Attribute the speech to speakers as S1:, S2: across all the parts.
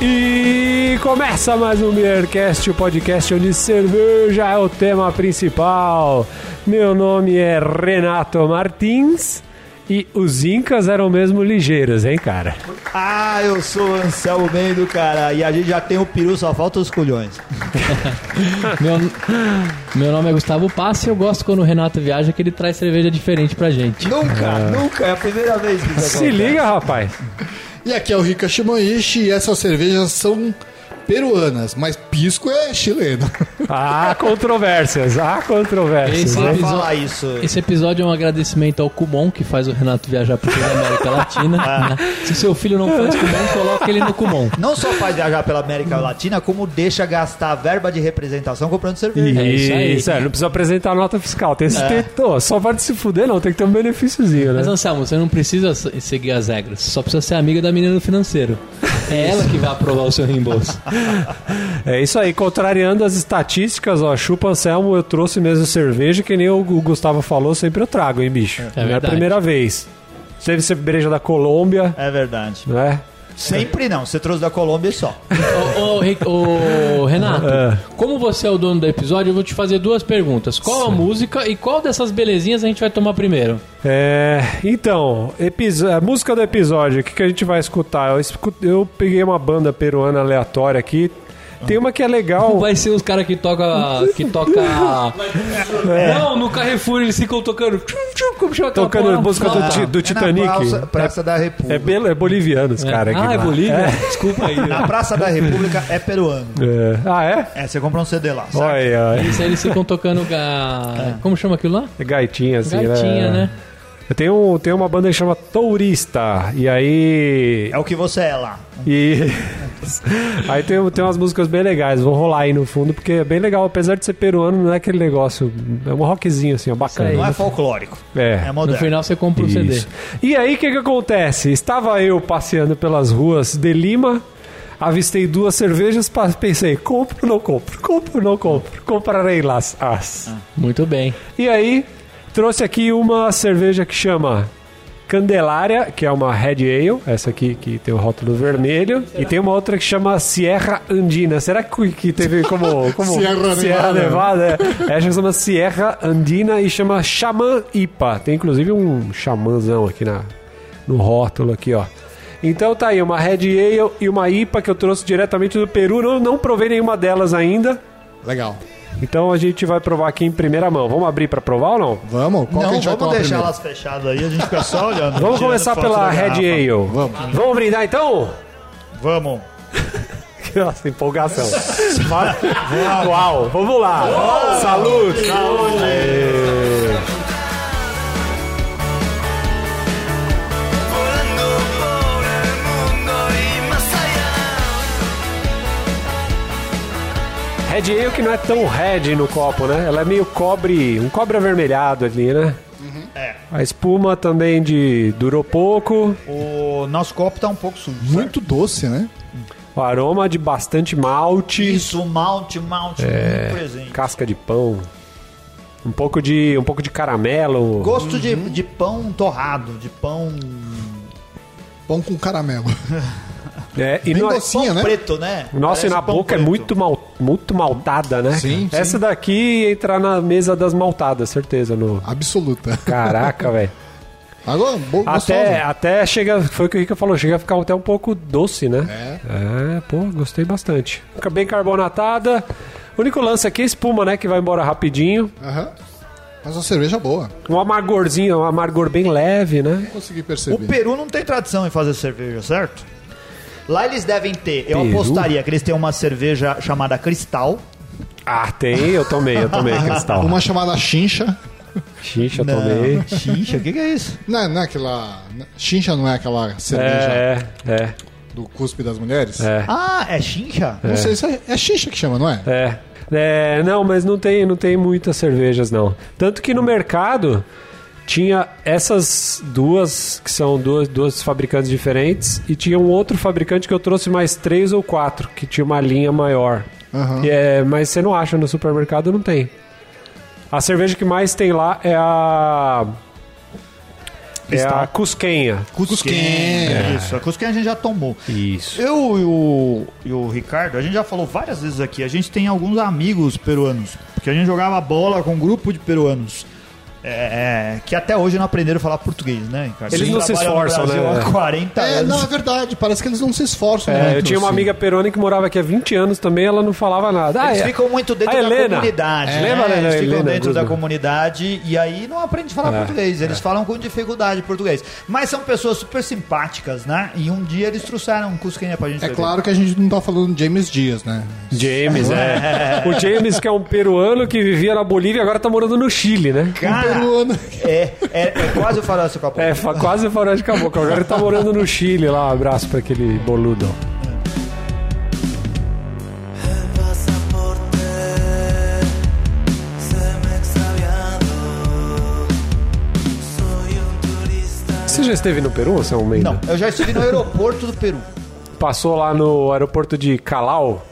S1: E começa mais um Beercast, o podcast onde cerveja é o tema principal. Meu nome é Renato Martins e os Incas eram mesmo ligeiros, hein, cara?
S2: Ah, eu sou o Anselmo Mendo, cara, e a gente já tem o peru, só falta os culhões.
S3: Meu, meu nome é Gustavo Passi e eu gosto quando o Renato viaja que ele traz cerveja diferente pra gente.
S2: Nunca, nunca, é a primeira vez que isso
S1: Se
S2: acontece.
S1: liga, rapaz.
S4: E aqui é o Rica Shimaishi e essas cervejas são peruanas, mas pisco é chileno.
S1: Há controvérsias, há controvérsias.
S3: Esse
S1: hein?
S2: Vai
S3: episódio-
S2: falar isso.
S3: Esse episódio é um agradecimento ao Kumon, que faz o Renato viajar por toda a América Latina. né? Se seu filho não faz Kumon, coloca ele no Kumon.
S2: Não só faz viajar pela América Latina, como deixa gastar a verba de representação comprando cerveja.
S3: É isso aí. É.
S1: Isso, é, não precisa apresentar nota fiscal. Tem esse teto, só para de se fuder, não. Tem que ter um benefíciozinho, né?
S3: Mas Anselmo, você não precisa s- seguir as regras, você só precisa ser amiga da menina do financeiro. É ela que vai aprovar o seu reembolso.
S1: É isso aí, contrariando as estatísticas, ó, chupa Anselmo, eu trouxe mesmo cerveja, que nem o o Gustavo falou, sempre eu trago, hein, bicho? não é a
S3: verdade.
S1: primeira vez. Teve cerveja da Colômbia,
S2: É verdade.
S1: né?
S2: Sempre não, você trouxe da Colômbia e só.
S3: Ô, ô, Ri- ô, Renato, como você é o dono do episódio, eu vou te fazer duas perguntas. Qual a música e qual dessas belezinhas a gente vai tomar primeiro?
S1: É, então, episo- a música do episódio, o que, que a gente vai escutar? Eu, escu- eu peguei uma banda peruana aleatória aqui, tem uma que é legal.
S3: Vai ser os caras que toca. que toca. Não, no Carrefour eles ficam tocando. tchum, tchum, Como chama aquela
S1: É. Tocando
S3: porra? Ah,
S1: a música do, ti- do
S2: É
S1: Titanic.
S2: Na Praça, Praça da República.
S1: É, bel- é boliviano esse cara aqui. né?
S3: Ah, é
S1: lá.
S3: Bolívia? Desculpa aí.
S2: Na Praça da República é peruano.
S1: É. Ah, é?
S2: É, você comprou um CD lá. sabe?
S1: Olha, aí, ó.
S3: Isso aí eles ficam tocando. ga- Como chama aquilo lá?
S1: É Gaitinha, assim,
S3: Gatinha, né?
S1: Eu tenho, tenho uma banda que chama Tourista, e aí.
S2: É o que você é lá.
S1: E. aí tem, tem umas músicas bem legais, vão rolar aí no fundo, porque é bem legal, apesar de ser peruano, não é aquele negócio. É um rockzinho assim, ó,
S3: Isso
S2: Não
S1: bacana.
S2: é folclórico.
S1: É.
S2: É
S3: No
S2: moderno.
S3: final você compra o CD.
S1: Isso. E aí, o que que acontece? Estava eu passeando pelas ruas de Lima, avistei duas cervejas, pa- pensei, compro ou não compro? Compro ou não compro? Comprarei las as.
S3: Muito bem.
S1: E aí, trouxe aqui uma cerveja que chama Candelária, que é uma Red Ale, essa aqui que tem o rótulo vermelho, e tem uma outra que chama Sierra Andina. Será que, que teve como, como
S4: Sierra
S1: Nevada? é. Essa chama Sierra Andina e chama Xamã Ipa. Tem inclusive um xamãzão aqui na, no rótulo aqui, ó. Então tá aí, uma Red Ale e uma IPA que eu trouxe diretamente do Peru. Não, não provei nenhuma delas ainda.
S4: Legal.
S1: Então a gente vai provar aqui em primeira mão. Vamos abrir pra provar ou não?
S4: Vamos? Qual que a
S2: Não,
S4: gente vai
S2: vamos
S4: tomar
S2: deixar
S4: primeiro?
S2: elas fechadas aí, a gente fica só olhando.
S1: Vamos
S2: tirando
S1: começar
S2: foto
S1: pela
S2: da garrafa.
S1: Red Ale.
S4: Vamos.
S1: Vamos brindar então?
S2: Vamos.
S1: Nossa, empolgação. Fala- Uau, vamos lá. Saúde.
S5: Volando por el mundo y más allá.
S1: Red Ale que não é tão red no copo, né? Ela é meio cobre, um cobre avermelhado ali, né?
S2: É.
S1: A espuma também de durou pouco,
S2: O nosso copo tá um pouco sujo. certo?
S4: Muito doce, né?
S1: o aroma de bastante malte,
S2: Isso, um malte, malte, é... presente.
S1: casca de pão, um pouco de um pouco de caramelo.
S2: Gosto de, de pão torrado, de pão,
S4: Pão com caramelo.
S1: É, e
S4: Bem
S1: não é-
S4: docinho,
S2: pão
S4: né?
S2: preto, né?
S1: Nossa, e
S2: Parece
S1: na
S2: pão
S1: boca é
S2: preto.
S1: muito, mal, muito maltada, né?
S4: Sim,
S1: cara?
S4: sim.
S1: Essa daqui ia entrar na mesa das maltadas, certeza. No...
S4: Absoluta.
S1: Caraca, velho.
S4: Agora, bom,
S1: Até, até chega, foi o que o Rica falou, chega a ficar até um pouco doce, né?
S4: É.
S1: É, pô, gostei bastante. Fica bem carbonatada. O único lance aqui é espuma, né? Que vai embora rapidinho.
S4: Aham. Mas uma cerveja é boa.
S1: Um amargorzinho, um amargor bem leve, né?
S4: Consegui
S2: O
S4: perceber.
S2: Peru não tem tradição em fazer cerveja, certo? Lá eles devem ter, eu
S1: Peru?
S2: apostaria que eles têm uma cerveja chamada Cristal.
S1: Ah, tem, eu tomei, eu tomei, Cristal.
S4: Uma chamada chincha.
S1: Xincha, eu tomei.
S2: Xincha, o que, que é isso?
S4: Não, não é aquela... Chincha não é aquela cerveja
S1: É, é,
S4: do cuspe das mulheres?
S1: é,
S2: Ah, é Xincha?
S4: Não sei se é... É chincha que chama, não é?
S1: é. É, não, mas não tem, não tem muitas cervejas, não. Tanto que no mercado tinha essas duas, que são duas, duas fabricantes diferentes, e tinha um outro fabricante que eu trouxe mais três ou quatro, que tinha uma linha maior.
S4: Aham.
S1: E é, mas você não acha no supermercado, não tem. A cerveja que mais tem lá é a. É a
S2: cristal.
S1: Cusquenha.
S4: Cusquinha.
S2: Isso, a Cusquinha a gente já tomou.
S1: Isso.
S2: Eu e o, e o Ricardo, a gente já falou várias vezes aqui, a gente tem alguns amigos peruanos, porque a gente jogava bola com um grupo de peruanos. é, é, que até hoje não aprenderam a falar português, né, Ricardo?
S1: Eles não se
S2: trabalham no
S1: esforçam,
S2: Brasil
S1: né?
S2: Há 40
S4: É,
S2: anos.
S4: não, é verdade. Parece que eles não se esforçam
S1: É,
S4: muito,
S1: eu tinha uma
S4: assim.
S1: amiga peruana que morava aqui há 20 anos também, ela não falava nada. Ah,
S2: Eles
S1: é.
S2: ficam muito dentro
S1: A
S2: da
S1: Helena.
S2: comunidade.
S1: É,
S2: né?
S1: lembra da
S2: Eles ficam
S1: Helena Ah.
S2: dentro da
S1: Guzman?
S2: comunidade e aí não aprende a falar português.
S1: É.
S2: Eles falam com dificuldade português. Mas são pessoas super simpáticas, né? E um dia eles trouxeram um cusquinha pra gente.
S4: É
S2: beber.
S4: claro que a gente não tá falando de James Dias, né?
S1: James, é. O James, que é um peruano que vivia na Bolívia e agora tá morando no Chile, né?
S2: Cara,
S4: peruano.
S2: É, é, é quase o faroeste com a
S1: É, fa- quase fora de caboclo. Agora ele tá morando no Chile lá. Um abraço pra aquele boludo.
S5: El pasaporte se me ha extraviado. Soy un turista.
S1: Você já esteve no Peru, seu Almeida?
S2: Não, eu já estive no aeroporto do Peru.
S1: Passou lá no aeroporto de Calau.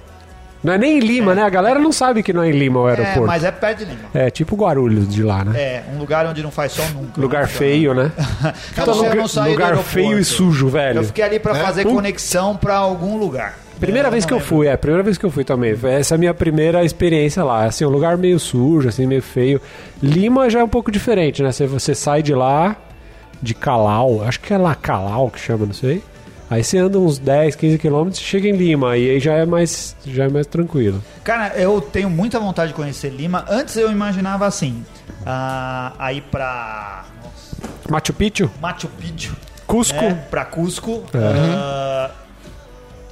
S1: Não é nem em Lima, né? A galera não sabe que não é em Lima o
S2: É,
S1: aeroporto. É,
S2: mas é perto de Lima.
S1: tipo Guarulhos de lá, né?
S2: É, um lugar onde não faz sol nunca.
S1: Lugar feio, né?
S2: Cara,
S1: Puta,
S2: eu
S1: lugar-
S2: não saí do
S1: lugar
S2: aeroporto.
S1: feio e sujo, velho.
S2: Eu fiquei ali pra fazer conexão pra algum lugar.
S1: Primeira
S2: Eu
S1: vez
S2: não
S1: que eu
S2: lembro.
S1: fui, é, primeira vez que eu fui também. Essa é a minha primeira experiência lá. Assim, um lugar meio sujo, assim, meio feio. Lima já é um pouco diferente, né? Você, você sai de lá, de Calau, acho que é lá Calau que chama, não sei. Aí você anda uns 10, 15 quilômetros e chega em Lima. E aí já é mais, já é mais tranquilo.
S2: Cara, eu tenho muita vontade de conhecer Lima. Antes eu imaginava assim, ah, aí pra nossa,
S1: Machu Picchu,
S2: Machu Picchu,
S1: Cusco. É. Uhum.
S2: né? pra Cusco. ah,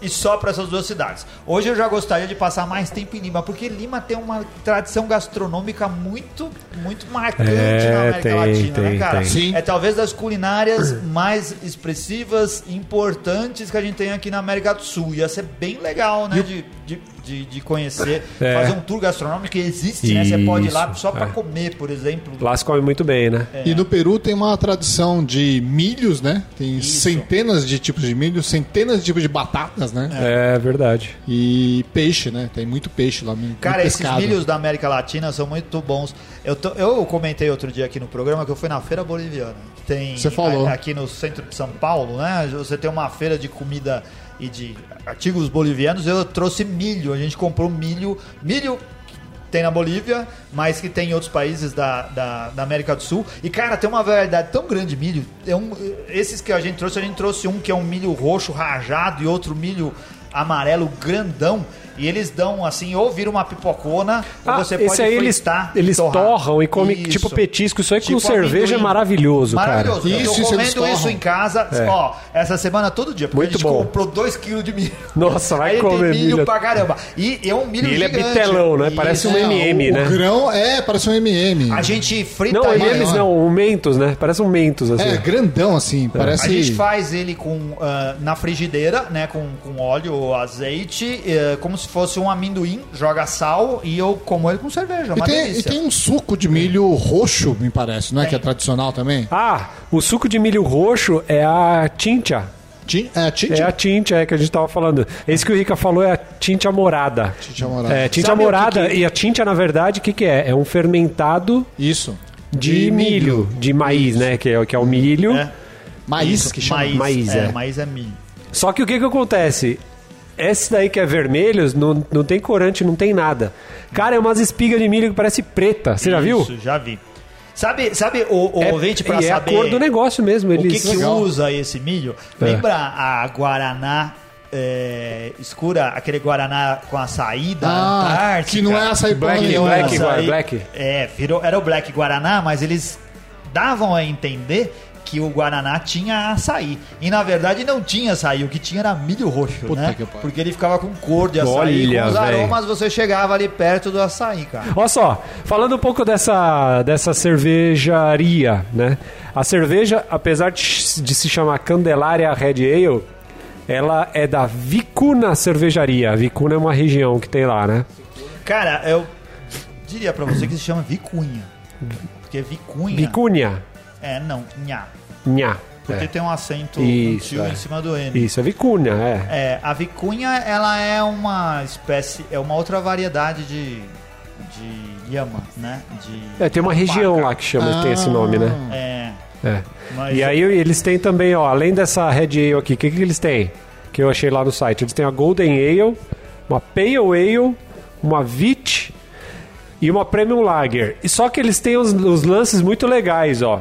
S2: e só pra essas duas cidades. Hoje eu já gostaria de passar mais tempo em Lima, porque Lima tem uma tradição gastronômica muito, muito marcante
S1: É,
S2: na América
S1: tem,
S2: Latina, né,
S1: tem,
S2: cara?
S1: tem.
S4: Sim.
S2: É talvez das culinárias mais expressivas e importantes que a gente tem aqui na América do Sul. Ia ser bem legal, né, de, de, de, de conhecer,
S1: É.
S2: fazer um tour gastronômico que existe, né? Você pode ir lá
S1: Isso,
S2: só pra
S1: é.
S2: comer, por exemplo.
S1: Lá se come muito bem, né?
S2: É.
S4: E no Peru tem uma tradição de milhos, né? Tem centenas de tipos de milho, centenas de tipos de batatas, né?
S1: É, verdade.
S4: E peixe, né? Tem muito peixe lá. Muito
S2: Cara, esses
S4: pescado.
S2: milhos da América Latina são muito bons. Eu, tô- eu comentei outro dia aqui no programa que eu fui na feira boliviana. que Tem
S4: Você falou.
S2: a- Né, aqui no centro de São Paulo, né? Você tem uma feira de comida e de artigos bolivianos. Eu trouxe milho. A gente comprou milho, milho que tem na Bolívia, mas que tem em outros países da, da, da América do Sul. E cara, tem uma variedade tão grande de milho. É um- esses que a gente trouxe, a gente trouxe um que é um milho roxo rajado e outro milho amarelo grandão. E eles dão assim, ou vira uma pipocona,
S1: Ah,
S2: ou você
S1: esse
S2: pode
S1: aí eles,
S2: fritar.
S1: eles
S2: torrar.
S1: torram e comem
S2: Isso.
S1: tipo petisco. Isso aí com
S2: Tipo
S1: cerveja é
S2: amendoim.
S1: maravilhoso,
S2: Maravilhoso.
S1: cara. É.
S2: Eu tô
S4: Isso, isso, eles
S2: comendo isso
S4: torram.
S2: em casa, ó, essa semana todo dia, porque
S1: Muito
S2: a gente
S1: bom.
S2: comprou 2kg de milho.
S1: Nossa, vai
S2: Aí tem
S1: comer
S2: milho,
S1: milho.
S2: pra caramba. E é um milho
S1: E ele é
S2: gigante.
S1: bitelão, né? Parece um
S4: É,
S1: MM,
S4: o,
S1: né?
S4: O grão é, parece um MM.
S2: A gente frita
S1: Não,
S2: ele.
S1: eles não, o Mentos, né? Parece um Mentos, assim.
S4: É, grandão assim, parece.
S2: A gente faz ele com ah, na frigideira, né? Com, com óleo ou azeite, eh, como se fosse um amendoim, joga sal e eu como ele com cerveja.
S4: E
S2: Uma
S4: tem, e
S2: delícia.
S4: tem um suco de milho roxo, me parece, não é? Que é tradicional também.
S1: Ah, o suco de milho roxo é a tincha.
S4: Ti- É, tinta.
S1: É a tincha, é que a gente tava falando. Esse que o Rica falou é a tincha morada.
S4: Tinta morada.
S1: É, tincha
S2: Sabe o que
S1: morada. E a tincha, na verdade, o que, que é? É um fermentado
S4: Isso.
S1: de, milho, de maíz, né? Que é, que é o milho.
S2: É.
S4: Maíz que chama.
S2: Maíz,
S1: Maíz,
S2: é,
S1: é.
S2: maíz é milho.
S1: Só que o que que acontece? Esse daí que é vermelho, não, não tem corante, não tem nada. Cara, é umas espigas de milho que parece preta. Você já viu?
S2: Isso, já vi. Sabe, sabe o, o
S1: É,
S2: ouvinte pra
S1: e é a
S2: saber
S1: cor do negócio mesmo.
S2: o que, é
S1: Eles,
S2: que usa esse milho?
S1: É.
S2: Lembra a Guaraná é, escura, aquele Guaraná com açaí da
S4: Ah,
S2: Antártica?
S4: que não é açaí porra
S1: Black,
S4: nenhuma.
S1: black,
S2: Nossa,
S1: guarda,
S2: aí-
S1: black.
S2: É, virou, era o Black Guaraná, mas eles davam a entender que o Guaraná tinha açaí. E na verdade não tinha açaí, o que tinha era milho roxo,
S4: Puta
S2: né?
S4: que pariu.
S2: Porque ele ficava com cor de açaí,
S1: Olha,
S2: com os
S1: véi.
S2: aromas você chegava ali perto do açaí, cara.
S1: Olha só, falando um pouco dessa, dessa cervejaria, né? A cerveja, apesar de, de se chamar Candelária Red Ale, ela é da Vicuna Cervejaria. A Vicuna é uma região que tem lá, né?
S2: Cara, eu diria pra você que se chama vicunha. Porque vicunha...
S1: Vicunha.
S2: É, não, nhá.
S1: Nha.
S2: Porque tem um acento
S1: É. Isso,
S2: tio
S1: é.
S2: em cima do N.
S1: Isso, é Vicunha, é.
S2: É, a vicunha, ela é uma espécie, é uma outra variedade de, de yama, né? De
S1: É, tem uma região lá que chama, tem esse nome, né?
S2: É,
S1: É.
S2: Mas-
S1: E aí eles têm também, ó, além dessa Red Ale aqui, o que, que eles têm? Que eu achei lá no site. Eles têm a Golden Ale, uma Pale Ale, uma Vit e uma Premium Lager. E só que eles têm os, os lances muito legais, ó.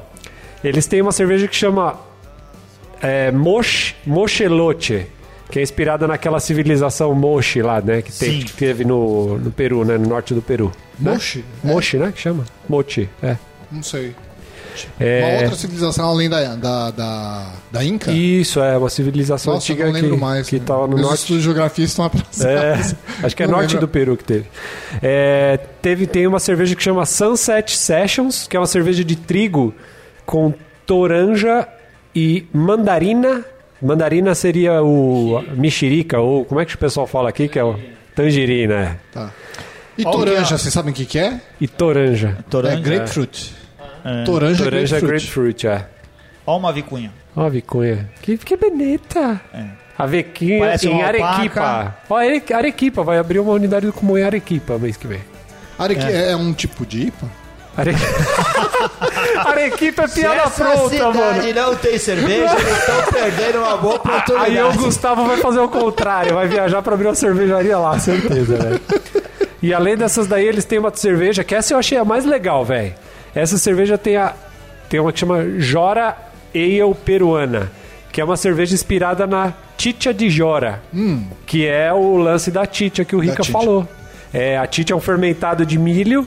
S1: Eles têm uma cerveja que chama é, Mosh, Mochelote, que é inspirada naquela civilização Moche lá, né? Que, tem,
S2: Sim.
S1: que teve no, no Peru, né? No norte do Peru.
S4: Moshi?
S1: Moche, né? Que chama? Moche, é.
S4: Não sei. Uma
S1: É,
S4: outra civilização além da, da, da, da Inca?
S1: Isso, é uma civilização
S4: Tá. Nossa, eu
S1: antiga
S4: não lembro
S1: que,
S4: mais.
S1: que tava no
S4: Meus
S1: norte.
S4: estudos de geografia estão atrasados.
S1: É, acho que é
S4: Não
S1: norte do
S4: lembro.
S1: Peru que teve. É, teve. Tem uma cerveja que chama Sunset Sessions, que é uma cerveja de trigo com toranja e mandarina. Mandarina seria o a mexerica, ou como é que o pessoal fala aqui, que é o tangerina. é.
S4: Tá. E
S2: Olha.
S4: toranja, vocês sabem o que, que é?
S1: E toranja. É.
S4: É grapefruit. Toranja, é
S1: Toranja
S4: grapefruit.
S1: grapefruit, é.
S2: Ó uma vicunha.
S1: Ó a vicunha. Que, que bonita. A Vequinha
S2: É. Parece
S1: em
S2: uma
S1: Arequipa.
S2: alpaca.
S1: Ó, Are- Arequipa. Vai abrir uma unidade do Comum em Arequipa mês que vem.
S4: Arequi é. é um tipo de IPA?
S1: Are... Arequipa é piada pronta, mano.
S2: não tem cerveja, eles estão perdendo uma boa oportunidade.
S1: Aí o Gustavo vai fazer o contrário, vai viajar pra abrir uma cervejaria lá, certeza, velho. E além dessas daí, eles têm uma cerveja, que essa eu achei a mais legal, velho. Essa cerveja tem a. Tem uma que chama Jora Ale Peruana, que é uma cerveja inspirada na Titia de Jora, que é o lance da Titia que o Rica
S4: Titia.
S1: falou. É, a Titia é um fermentado de milho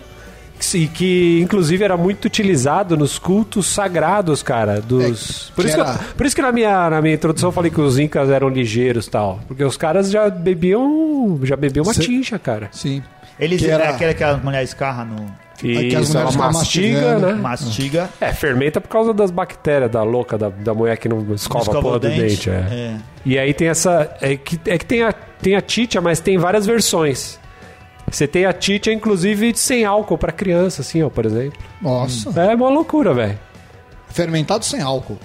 S1: e que inclusive era muito utilizado nos cultos sagrados, cara, dos.
S4: É,
S1: por,
S4: que
S1: isso que eu-
S4: era-
S1: por isso que na minha, na minha introdução eu falei que os incas eram ligeiros, e tal, porque os caras já bebiam, já bebiam uma
S4: Cê-
S1: tincha, cara.
S4: Sim.
S2: Eles
S4: Que era-
S2: é aquela que a mulher escarra no.
S1: E
S4: que as
S1: isso, ela
S4: mulheres ficam
S1: mastiga,
S4: mastigando.
S1: né?
S2: Mastiga.
S1: É, fermenta por causa das bactérias da louca, da, da mulher que não escova,
S2: Escova
S1: a porra
S2: o
S1: do dente.
S2: dente,
S1: é.
S2: é.
S1: E aí tem essa. É que, é que tem, a, tem a Titia, mas tem várias versões. Você tem a Titia, inclusive, sem álcool pra criança, assim, ó, por exemplo.
S4: Nossa.
S1: É uma loucura, velho.
S4: Fermentado sem álcool.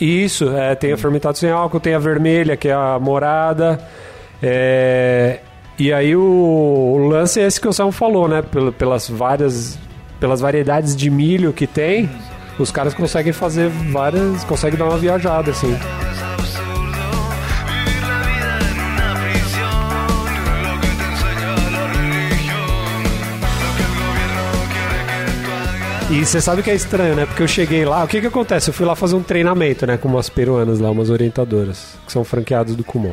S1: Isso, é, tem a fermentado sem álcool, tem a vermelha, que é a morada. é, e aí o, o lance é esse que o Sam falou, né? Pel- Pelas várias. Pelas variedades de milho que tem, os caras conseguem fazer várias. conseguem dar uma viajada, assim.
S5: Es absurdo vivir la vida en una prisión. Lo que te enseña la religión, lo que el gobierno quiere que tú hagas.
S1: E você sabe que é estranho, né? Porque eu cheguei lá, o que que acontece? Eu fui lá fazer um treinamento, né? Com umas peruanas lá, umas orientadoras, que são franqueadas do Kumon.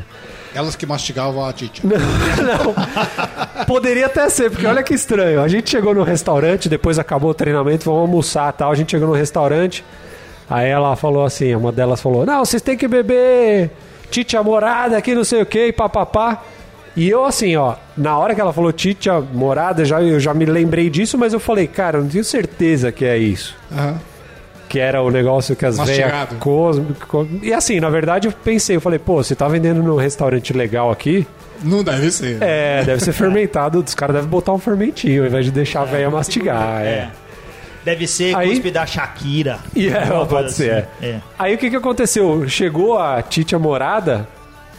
S4: Elas que mastigavam a Titi.
S1: Não. Poderia até ser, porque olha que estranho. A gente chegou no restaurante, depois acabou o treinamento, vamos almoçar e tal. A gente chegou no restaurante, aí ela falou assim, uma delas falou, não, vocês têm que beber titia morada aqui, não sei o que, papapá. E eu assim, ó, na hora que ela falou titia morada, já, eu já me lembrei disso, mas eu falei, cara, eu não tenho certeza que é isso. Que era o negócio que as velhas
S4: Mastigado.
S1: cosmo. co- E assim, na verdade eu pensei, eu falei, pô, você tá vendendo num restaurante legal aqui,
S4: Não deve ser.
S1: é, deve ser fermentado. Os caras devem botar um fermentinho ao invés de deixar a velha mastigar. É.
S2: Deve ser
S1: Aí-
S2: cuspe da Shakira.
S1: E é,
S2: Alguma coisa
S1: pode ser.
S2: assim.
S1: é.
S2: É.
S1: Aí o que, que aconteceu? Chegou a Tite morada,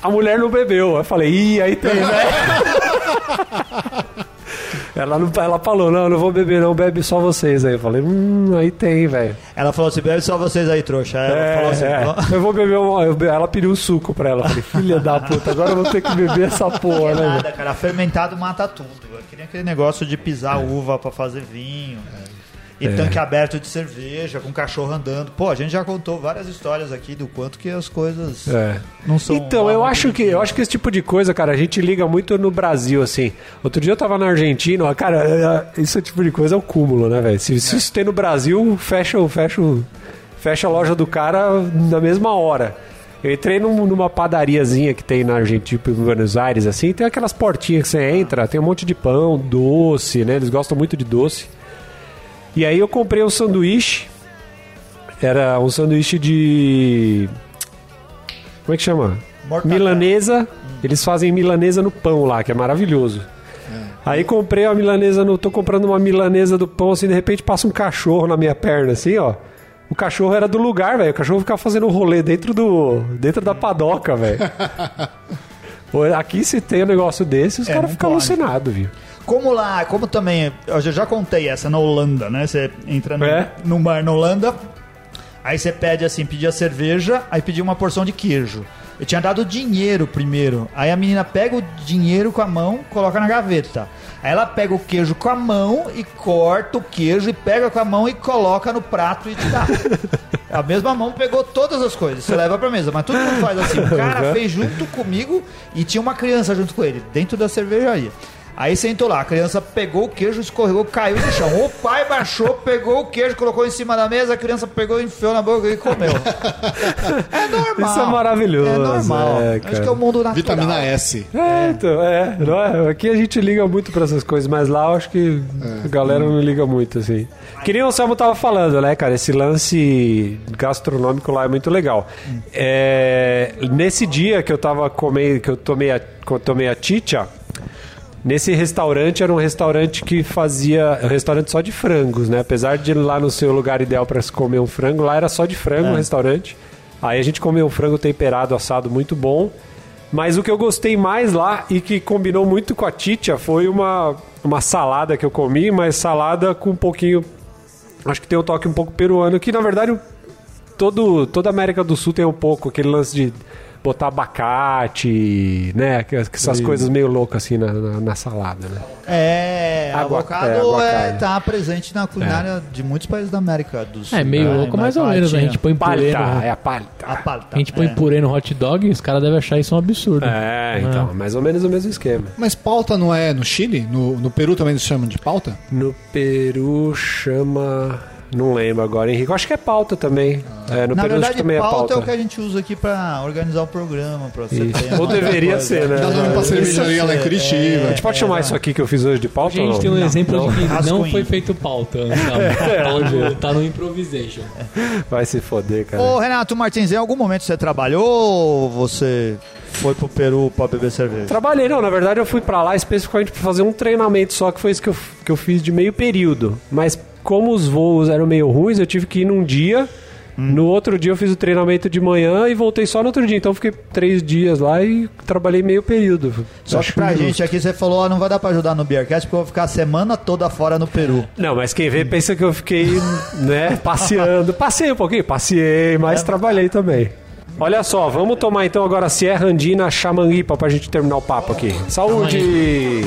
S1: a mulher não bebeu. Eu falei, ih, aí tem, né? Ela, não, ela falou, não, eu não vou beber não, bebe só vocês aí. Eu falei, hum, aí tem, velho.
S2: Ela falou assim: bebe só vocês aí, trouxa. Ela falou assim: "Ó,
S1: é. Eu vou beber um... eu be- Ela pediu um suco pra ela. Eu falei, filha da puta, agora eu vou ter que beber essa porra, né, velho?
S2: Nada, cara. Fermentado mata tudo. Eu queria aquele negócio de pisar
S1: É.
S2: uva pra fazer vinho. né? E tanque aberto de cerveja, com cachorro andando. Pô, a gente já contou várias histórias aqui do quanto que as coisas
S1: É.
S2: não são.
S1: Então, eu acho que eu acho que esse tipo de coisa, cara, a gente liga muito no Brasil, assim. Outro dia eu tava na Argentina, ó, cara, é, é, esse tipo de coisa é o cúmulo, né, velho? Se, se isso tem no Brasil, fecha, o- fecha, o- fecha a loja do cara na mesma hora. Eu entrei num- numa padariazinha que tem na Argentina, tipo, em Buenos Aires, assim, tem aquelas portinhas que você entra, tem um monte de pão, doce, né? Eles gostam muito de doce. E aí eu comprei um sanduíche. Era um sanduíche de. Como é que chama?
S2: Mortadela. Hum.
S1: Milanesa. Eles fazem milanesa no pão lá, que é maravilhoso.
S2: É.
S1: Aí comprei a milanesa no. Tô comprando uma milanesa do pão, assim, de repente passa um cachorro na minha perna, assim, ó. O cachorro era do lugar, velho. O cachorro ficava fazendo um rolê dentro do. dentro da padoca, velho. Aqui se tem um negócio desse, os
S2: É,
S1: caras
S2: não
S1: ficam
S2: pode.
S1: alucinados, viu?
S2: Como lá, como também. Eu já já contei essa na Holanda, né? Você entra no,
S1: É.
S2: no mar na Holanda. Aí você pede assim, pedia cerveja, aí pedia uma porção de queijo. Eu tinha dado dinheiro primeiro. Aí a menina pega o dinheiro com a mão, coloca na gaveta. Aí ela pega o queijo com a mão e corta o queijo e pega com a mão e coloca no prato e te dá. A mesma mão pegou todas as coisas, você leva pra mesa, mas todo mundo faz assim. O cara fez junto comigo e tinha uma criança junto com ele, dentro da cervejaria. Aí sentou lá, a criança pegou o queijo, escorregou, caiu no chão. O pai baixou, pegou o queijo, colocou em cima da mesa, a criança pegou, enfiou na boca e comeu. É normal.
S1: Isso é maravilhoso,
S2: É normal.
S1: é,
S2: Acho
S1: cara.
S2: que é o mundo natural.
S4: Vitamina S.
S1: É, então, é, não é. Aqui a gente liga muito pra essas coisas, mas lá eu acho que a galera não liga muito, assim. Que nem o Samu tava falando, né, cara? Esse lance gastronômico lá é muito legal. É, nesse dia que eu tava comendo, que eu tomei a, que eu tomei a chicha, nesse restaurante era um restaurante que fazia. Um restaurante só de frangos, né? Apesar de lá no seu lugar ideal pra se comer um frango, lá era só de frango o restaurante. Aí a gente comeu um frango temperado, assado, muito bom. Mas o que eu gostei mais lá e que combinou muito com a Titia foi uma, uma salada que eu comi, mas salada com um pouquinho. Acho que tem um toque um pouco peruano, que na verdade todo, toda a América do Sul tem um pouco aquele lance de botar abacate, né? Aquelas- Essas coisas meio loucas assim na, na- na salada, né?
S2: É,
S1: Agua- é,
S2: avocado é,
S1: aguacate.
S2: tá presente na culinária de muitos países da América do Sul.
S3: É meio
S2: né?
S3: louco, mais ou
S2: lá
S3: menos. né? A
S2: tinha
S3: gente põe purê
S1: Palta,
S3: no,
S1: é a palta.
S2: né? A palta.
S3: a gente põe
S2: é.
S3: purê no hot dog e os caras devem achar isso um absurdo.
S1: É, então,
S2: Ah.
S1: mais ou menos o mesmo esquema.
S4: Mas pauta não é no Chile? No, no Peru também eles chamam de pauta?
S1: No Peru chama. Não lembro agora, Henrique. Eu Acho que é pauta também. É, no Peru acho
S2: Na
S1: que
S2: verdade,
S1: também é
S2: pauta,
S1: pauta.
S2: é o que a gente usa aqui pra organizar o programa, pra você
S1: Isso.
S2: ter
S1: Ou
S2: uma
S1: deveria
S2: coisa.
S1: ser, né?
S4: Dá nome pra
S1: é.
S4: cervejaria lá em Curitiba.
S1: A gente
S2: É,
S1: pode
S2: né?
S1: chamar isso aqui que eu fiz hoje de pauta? ou
S3: Gente,
S1: não?
S3: tem um exemplo de que não
S2: Rascunho.
S3: foi feito pauta.
S1: É.
S3: Tá, no, tá no improvisation.
S1: Vai se foder, cara.
S2: Ô, Renato Martins, em algum momento você trabalhou ou você foi pro Peru pra beber cerveja?
S1: Trabalhei, não. Na verdade, eu fui pra lá especificamente pra fazer um treinamento só, que foi isso que eu, que eu fiz de meio período. Mas como os voos eram meio ruins, eu tive que ir num dia.
S2: Hum.
S1: No outro dia eu fiz o treinamento de manhã e voltei só no outro dia. Então eu fiquei três dias lá e trabalhei meio período.
S2: Só que
S1: Acho
S2: pra
S1: justo.
S2: gente aqui você falou, ó, não vai dar pra ajudar no Beercast porque eu vou ficar a semana toda fora no Peru.
S1: Não, mas quem vê pensa que eu fiquei, né, passeando. Passei um pouquinho, passei,
S2: É.
S1: mas trabalhei também. Olha só, vamos tomar então agora Sierra Andina Xamanguipa pra gente terminar o papo aqui. Saúde!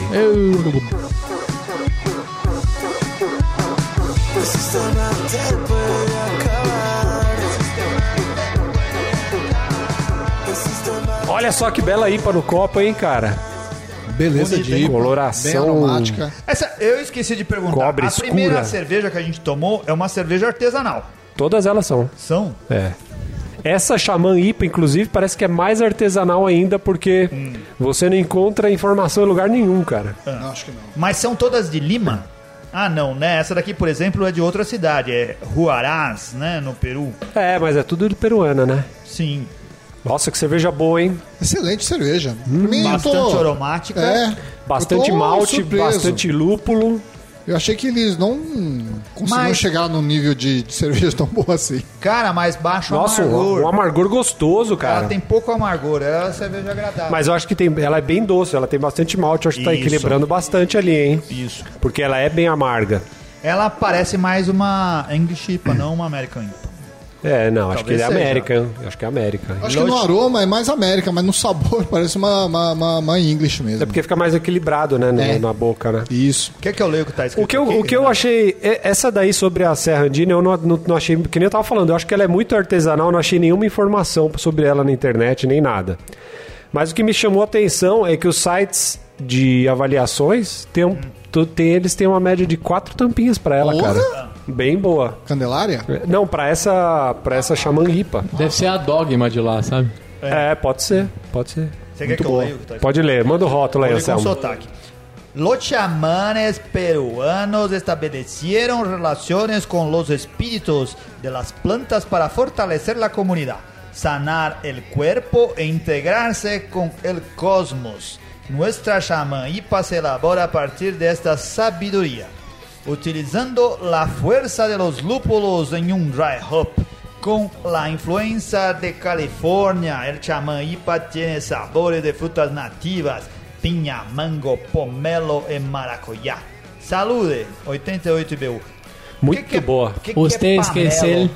S1: Olha só que bela IPA no copo, hein, cara?
S4: Beleza
S2: Bonito,
S4: de
S2: hein?
S4: IPA,
S1: Coloração.
S4: Bem aromática.
S2: Essa, eu esqueci de perguntar.
S1: Cobre
S2: a
S1: escura.
S2: primeira cerveja que a gente tomou é uma cerveja artesanal.
S1: Todas elas são.
S2: São?
S1: É. Essa Xamã IPA, inclusive, parece que é mais artesanal ainda, porque você não encontra informação em lugar nenhum, cara.
S4: Não, acho que não.
S2: Mas são todas de Lima? Ah, não, né? Essa daqui, por exemplo, é de outra cidade. É Huaraz, né? No Peru.
S1: É, mas é tudo de peruana, né?
S2: Sim.
S1: Nossa, que cerveja boa, hein?
S4: Excelente cerveja.
S1: Hum.
S4: Pra mim, eu
S2: Bastante aromática.
S4: É.
S1: Bastante
S4: Eu tô
S1: malte,
S4: surpreso.
S1: bastante lúpulo.
S4: Eu achei que eles não conseguiram
S2: Mas-
S4: chegar num nível de, de cerveja tão boa assim.
S2: Cara, mas baixo
S1: Nossa,
S2: amargor.
S1: um, um amargor gostoso, cara.
S2: Ela tem pouco amargor. Ela é uma cerveja agradável.
S1: Mas eu acho que tem, ela é bem doce, ela tem bastante malte, eu acho que tá
S2: Isso.
S1: equilibrando bastante ali, hein?
S2: Isso.
S1: Porque ela é bem amarga.
S2: Ela parece mais uma English IPA, não uma American IPA.
S1: É, não, acho que
S4: Talvez
S1: é
S4: seja.
S1: América. Acho que é América.
S4: Acho que no aroma é mais América, mas no sabor parece uma, uma, uma, uma English mesmo.
S1: É porque fica mais equilibrado, né, no-
S4: É.
S1: na boca, né?
S4: Isso.
S2: O que é que eu leio que tá escrito
S1: O que, eu,
S2: aqui?
S1: o que eu achei, é- essa daí sobre a Serra Andina, eu não, não- não achei, que nem eu tava falando, eu acho que ela é muito artesanal, não achei nenhuma informação sobre ela na internet, nem nada. Mas o que me chamou a atenção é que os sites de avaliações, tem, um- tu- tem- eles têm uma média de quatro tampinhas pra ela,
S4: Porra!
S1: cara. Bem boa.
S4: Candelária?
S1: Não, pra essa, pra essa Xamã Ripa.
S3: Deve ser a dogma de lá, sabe?
S1: É. pode ser, pode ser.
S2: Você quer
S1: Muito
S2: que eu
S1: boa.
S2: leia o que tá escrito?
S1: Pode ler, manda o rótulo aí,
S2: Olha com
S1: Anselmo.
S2: sotaque. Los chamanes peruanos establecieron relaciones con los espíritus de las plantas para fortalecer la comunidad, sanar el cuerpo e integrarse con el cosmos. Nuestra chamán IPA se elabora a partir de esta sabiduría, utilizando la fuerza de los lúpulos en un dry hop. Con la influencia de California, el chamán IPA tiene sabores de frutas nativas, piña, mango, pomelo y maracuyá. Salude, 88 IBU.
S1: Muito boa.
S2: Que que é
S3: Você
S2: pamelo?
S3: esqueceu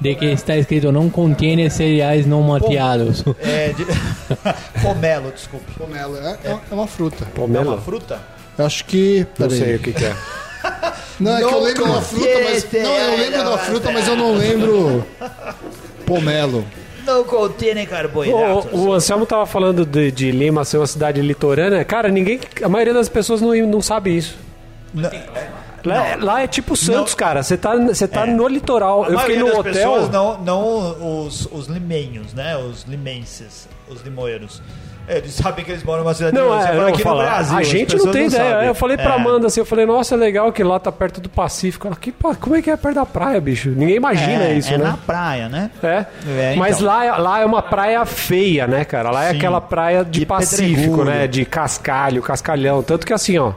S3: de que está escrito não contiene cereais não mateados.
S2: É, de... pomelo, desculpa.
S4: Pomelo é, é- é uma fruta.
S2: É uma
S1: Pomelo?
S2: fruta?
S4: Eu acho que.
S1: Não
S4: peraí.
S1: sei o que, que é.
S4: Não, é que eu
S2: Não
S4: lembro da fruta, mas.
S2: conhece, é.
S4: Não, eu lembro da
S2: não,
S4: fruta, mas eu não lembro. Pomelo.
S2: Não contém carboidratos.
S1: O, o Anselmo tava falando de, de Lima ser uma cidade litorânea. Cara, ninguém. A maioria das pessoas não, não sabe isso.
S2: Não, É.
S1: Lá, lá é tipo Santos, cara. Você tá, você tá no litoral.
S2: a
S1: Eu fiquei
S2: maioria
S1: no
S2: das
S1: hotel.
S2: pessoas não, não os, os limenhos, né? Os limenses, os limoeiros. É, Eles sabem que eles moram numa cidade
S1: Não,
S2: de Você
S1: é,
S2: fala
S1: não,
S2: aqui
S1: fala,
S2: no Brasil.
S1: a
S2: as
S1: gente não
S2: pessoas
S1: tem ideia.
S2: sabem.
S1: Eu falei pra
S2: É.
S1: Amanda assim, eu falei, nossa, é legal que lá tá perto do Pacífico. Ela, que, pa- como é que é perto da praia, bicho? Ninguém imagina
S2: é,
S1: isso,
S2: é
S1: né?
S2: na praia, né?
S1: É.
S2: É, então.
S1: Mas lá, lá é uma praia feia, né, cara? Lá é
S2: Sim.
S1: aquela praia de
S2: De
S1: Pacífico,
S2: pedregulho.
S1: né? De cascalho, cascalhão. Tanto que assim, ó.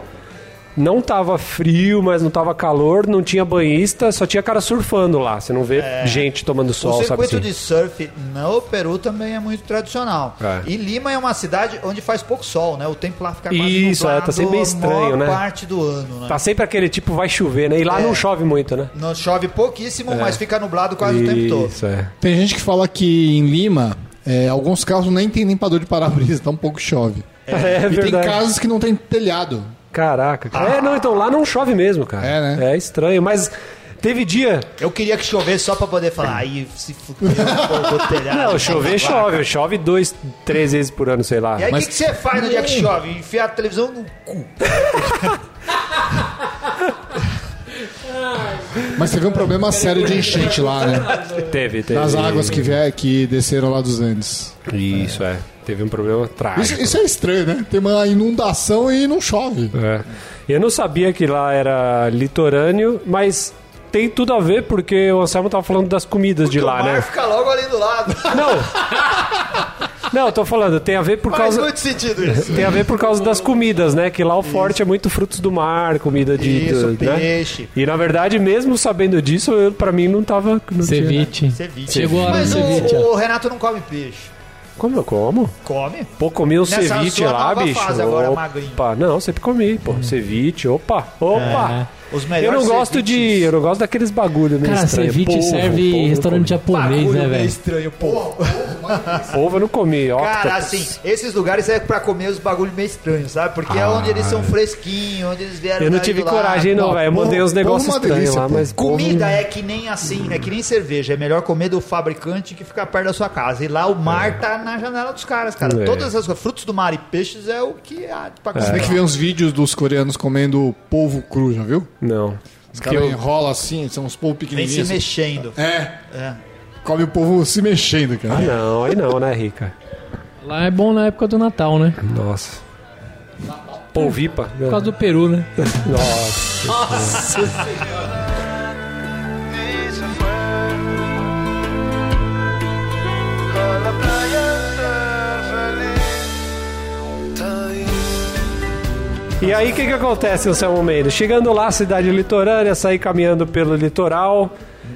S1: Não tava frio, mas não tava calor, não tinha banhista, só tinha cara surfando lá. Você não vê gente tomando sol,
S2: É. o
S1: sabe
S2: circuito
S1: assim?
S2: de surf no Peru também é muito tradicional.
S1: É.
S2: E Lima é uma cidade onde faz pouco sol, né? O tempo lá fica quase
S1: Isso, é, tá sempre meio
S2: a
S1: estranho,
S2: maior
S1: né?
S2: parte do ano, né?
S1: Tá sempre aquele tipo, vai chover, né? E lá
S2: É.
S1: não chove muito, né?
S2: Não chove pouquíssimo, mas fica nublado quase o tempo todo.
S1: É. Isso, é.
S4: Tem gente que fala que em Lima, é, alguns carros nem tem limpador de para-brisa, tão pouco chove.
S1: É,
S4: e tem
S1: verdade.
S4: casas que não tem telhado.
S1: Caraca.
S2: Ah.
S1: cara. É, não, então lá não chove mesmo, cara.
S4: É, né?
S1: É estranho, mas teve dia.
S2: Eu queria que chovesse só pra poder falar, aí se fudeu um pouco o telhado. tá
S1: Não, chover, chove. Chove dois, três vezes por ano, sei lá.
S2: E é aí, o
S4: Mas-
S2: que, que você faz no dia que chove? Enfiar a televisão no cu.
S4: Mas teve um problema sério de enchente lá, né?
S1: Teve, teve.
S4: Nas águas que, vier, que desceram lá dos Andes.
S1: Isso, é. Teve um problema
S4: Isso,
S1: trágico.
S4: isso é estranho, né? Tem uma inundação e não chove.
S1: É. Eu não sabia que lá era litorâneo, mas tem tudo a ver porque o Anselmo tava falando das comidas de lá,
S2: o mar
S1: né?
S2: fica logo ali do lado.
S1: Não! Não, eu tô falando, tem a ver por
S2: Faz
S1: causa.
S2: muito sentido isso.
S1: Tem a ver por causa das comidas, né? Que lá o forte é muito frutos do mar, comida de.
S2: Isso,
S1: do- né?
S2: peixe.
S1: E na verdade, mesmo sabendo disso, eu, pra mim não tava. Não tinha. né?
S3: Ceviche.
S2: Ceviche.
S3: Chegou a hora do
S2: Mas
S3: ceviche.
S2: o,
S3: ó.
S2: o Renato não come peixe.
S1: Como eu como?
S2: Come?
S1: Pô, comi um
S2: Nessa
S1: ceviche
S2: sua
S1: lá,
S2: nova
S1: bicho.
S2: fase agora, magrinho.
S1: opa, não, sempre comi, pô.
S3: Hum.
S1: Ceviche, opa, opa.
S2: Os
S1: Eu não gosto de.
S2: ceviches.
S1: Eu não gosto daqueles bagulho meio
S3: É. Cara,
S1: estranho.
S3: ceviche
S1: Polvo,
S3: serve
S1: polvo eu não
S3: restaurante japonês,
S2: Bagulho
S3: né,
S2: meio
S3: velho?
S2: estranho, pô.
S1: comi. Polvo eu não comi, ó.
S2: Cara, assim, esses lugares é pra comer os bagulhos meio estranhos, sabe? Porque é onde eles são fresquinhos, onde eles vieram
S1: Ah. Eu não
S2: tá lá
S1: tive
S2: do lado.
S1: coragem, não,
S4: Não,
S1: velho. Eu mandei
S4: polvo-
S1: uns negócios
S4: polvo é uma
S1: estranhos
S4: delícia,
S1: lá,
S4: pô.
S1: mas. polvo-
S2: Comida é que nem assim, é que nem cerveja. É melhor comer do fabricante que ficar perto da sua casa. E lá o mar tá na janela dos caras, cara.
S1: É.
S2: Todas essas coisas, frutos do mar e peixes é o que há pra
S4: Você
S2: comer.
S4: tem que ver uns vídeos dos coreanos comendo polvo cru, já viu?
S1: Não.
S4: Os caras enrolam assim, são uns polvos
S2: Vem se
S4: pequenininhos. assim.
S2: mexendo.
S4: É. Come o povo se mexendo, cara.
S1: Não, aí não, né, Rica?
S3: Lá é bom na época do Natal, né?
S1: Nossa. Polvipa.
S3: Por causa do Peru, né?
S1: Nossa.
S5: Y se fue a la playa de feliz Thaís.
S1: E aí, o que, que acontece, Anselmo Mendes? Chegando lá, cidade litorânea, saí caminhando pelo litoral,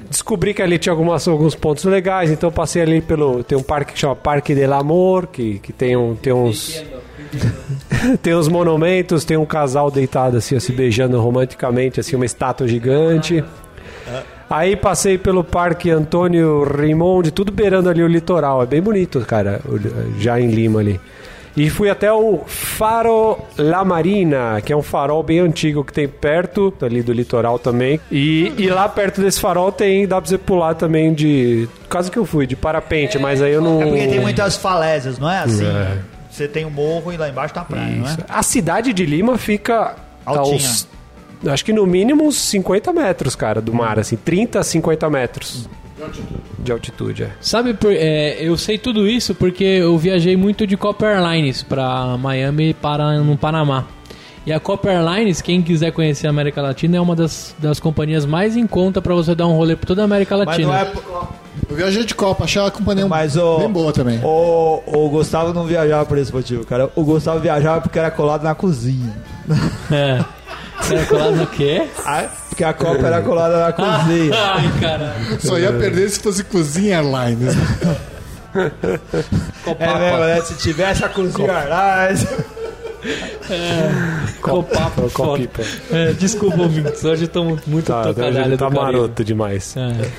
S1: descobri que ali tinha algumas, alguns pontos legais, então passei ali pelo. Tem um parque que chama Parque del Amor, que, que tem, um, tem uns. tem uns monumentos, tem um casal deitado assim, ó, se beijando romanticamente, assim, uma estátua gigante. Aí passei pelo Parque Antônio Raymond, tudo beirando ali o litoral. É bem bonito, cara, o- já em Lima ali. E fui até o Faro La Marina, que é um farol bem antigo que tem perto ali do litoral também. E, e lá perto desse farol tem, dá pra você pular também de. Quase que eu fui, de parapente, mas aí eu não.
S2: É porque tem muitas falésias, não é assim? Você tem o morro e lá embaixo tá a praia, não é?
S1: A cidade de Lima fica a
S2: Altinha.
S1: uns- Acho que no mínimo uns 50 metros, cara, do mar, assim. 30, 50 metros. De altitude. De altitude, é.
S3: Sabe, por, é, eu sei tudo isso porque eu viajei muito de Copper Airlines pra Miami e para no Panamá. E a Copper Airlines, quem quiser conhecer a América Latina, é uma das, das companhias mais em conta pra você dar um rolê por toda a América
S2: Mas
S3: Latina.
S2: não é.
S4: Eu viajei de Copa, achei a companhia
S2: Mas o.
S4: bem boa também.
S2: O, o Gustavo não viajava por esse motivo, cara. O Gustavo viajava porque era colado na cozinha.
S3: É. Será que lá no quê?
S2: Ah, Porque a Copa era colada na cozinha.
S3: Ai, caralho.
S4: Só ia perder se fosse cozinha Airlines.
S2: É mesmo, né? Se tivesse a cozinha lá.
S3: Copapo,
S1: Qual
S3: foda.
S1: pipa?
S3: É, desculpa, ouvintes. Hoje estamos muito
S2: então
S1: Tá,
S3: tocadalho
S1: tá
S3: do Caribe.
S1: maroto demais.
S3: É.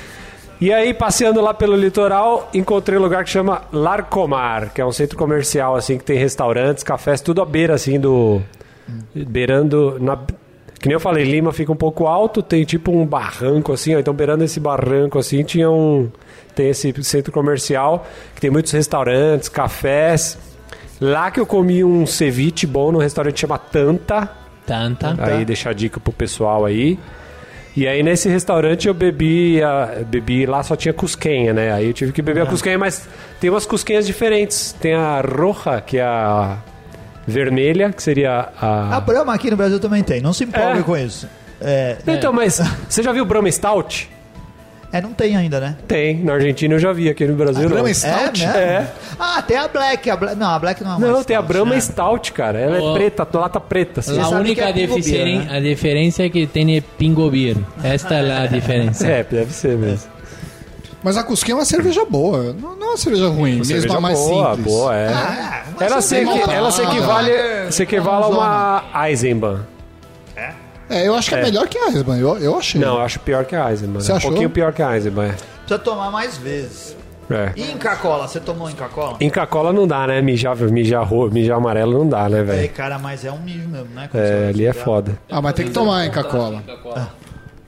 S1: E aí, passeando lá pelo litoral, encontrei um lugar que chama Larcomar, que é um centro comercial, assim, que tem restaurantes, cafés, tudo à beira, assim, do... Beirando... Na... Que nem eu falei, Lima fica um pouco alto, tem tipo um barranco, assim, ó. Então, beirando esse barranco, assim, tinha um... Tem esse centro comercial, que tem muitos restaurantes, cafés. Lá que eu comi um ceviche bom num restaurante que chama Tanta,
S3: Tanta.
S1: Aí deixar a dica pro pessoal aí. E aí nesse restaurante eu bebi, a, bebi lá só tinha cusquenha, né? Aí eu tive que beber a cusquenha, mas tem umas cusquenhas diferentes. Tem a roja, que é a vermelha, que seria
S2: A
S1: a...
S2: Brahma aqui no Brasil também tem, não se empolgue
S1: É.
S2: com isso. É,
S1: Então, mas você já viu Brahma Stout?
S2: é, não tem ainda, né?
S1: Tem, na Argentina eu já vi, aqui no Brasil não.
S4: Brahma Stout?
S2: É,
S1: É.
S2: né? Ah, tem a Black, a Bla- Não, a Black não é uma
S1: Não,
S2: stout,
S1: tem a Brahma
S2: né?
S1: Stout, cara. Ela
S3: Ó.
S1: é preta, lata preta. assim.
S3: A
S2: sabe que
S3: única
S2: é Pingo
S3: deficiência,
S2: Beer, né?
S3: a diferença é que tem Pingo Beer. Esta é a diferença.
S1: É, deve ser mesmo.
S4: Mas a Cusquinha é uma cerveja boa. Não, não é uma cerveja ruim, mesmo
S1: Cerveja
S4: a mais
S1: boa,
S4: simples.
S1: boa, é. ela, se,
S4: cerveja
S1: equi- ela se
S4: barata.
S1: equivale, se equivale a uma Eisenbahn.
S4: É, eu acho que é, melhor que a Esban, eu, eu achei.
S1: Não, eu acho pior que a Eisenbahn.
S4: Você
S1: um
S4: achou?
S1: pouquinho pior que a Eisenbahn.
S2: Precisa tomar mais vezes.
S1: É.
S2: E Inca Cola, você tomou Inca Cola?
S1: Em Cacola não dá, né? Mijar, mijar, ro- mijar amarelo não dá, né,
S2: É,
S1: velho?
S2: cara, mas é um mijo mesmo, né? Quando você
S1: É,
S2: vai
S1: ali é
S2: jogar.
S1: foda.
S4: Ah, mas tem que tomar Inca Cola.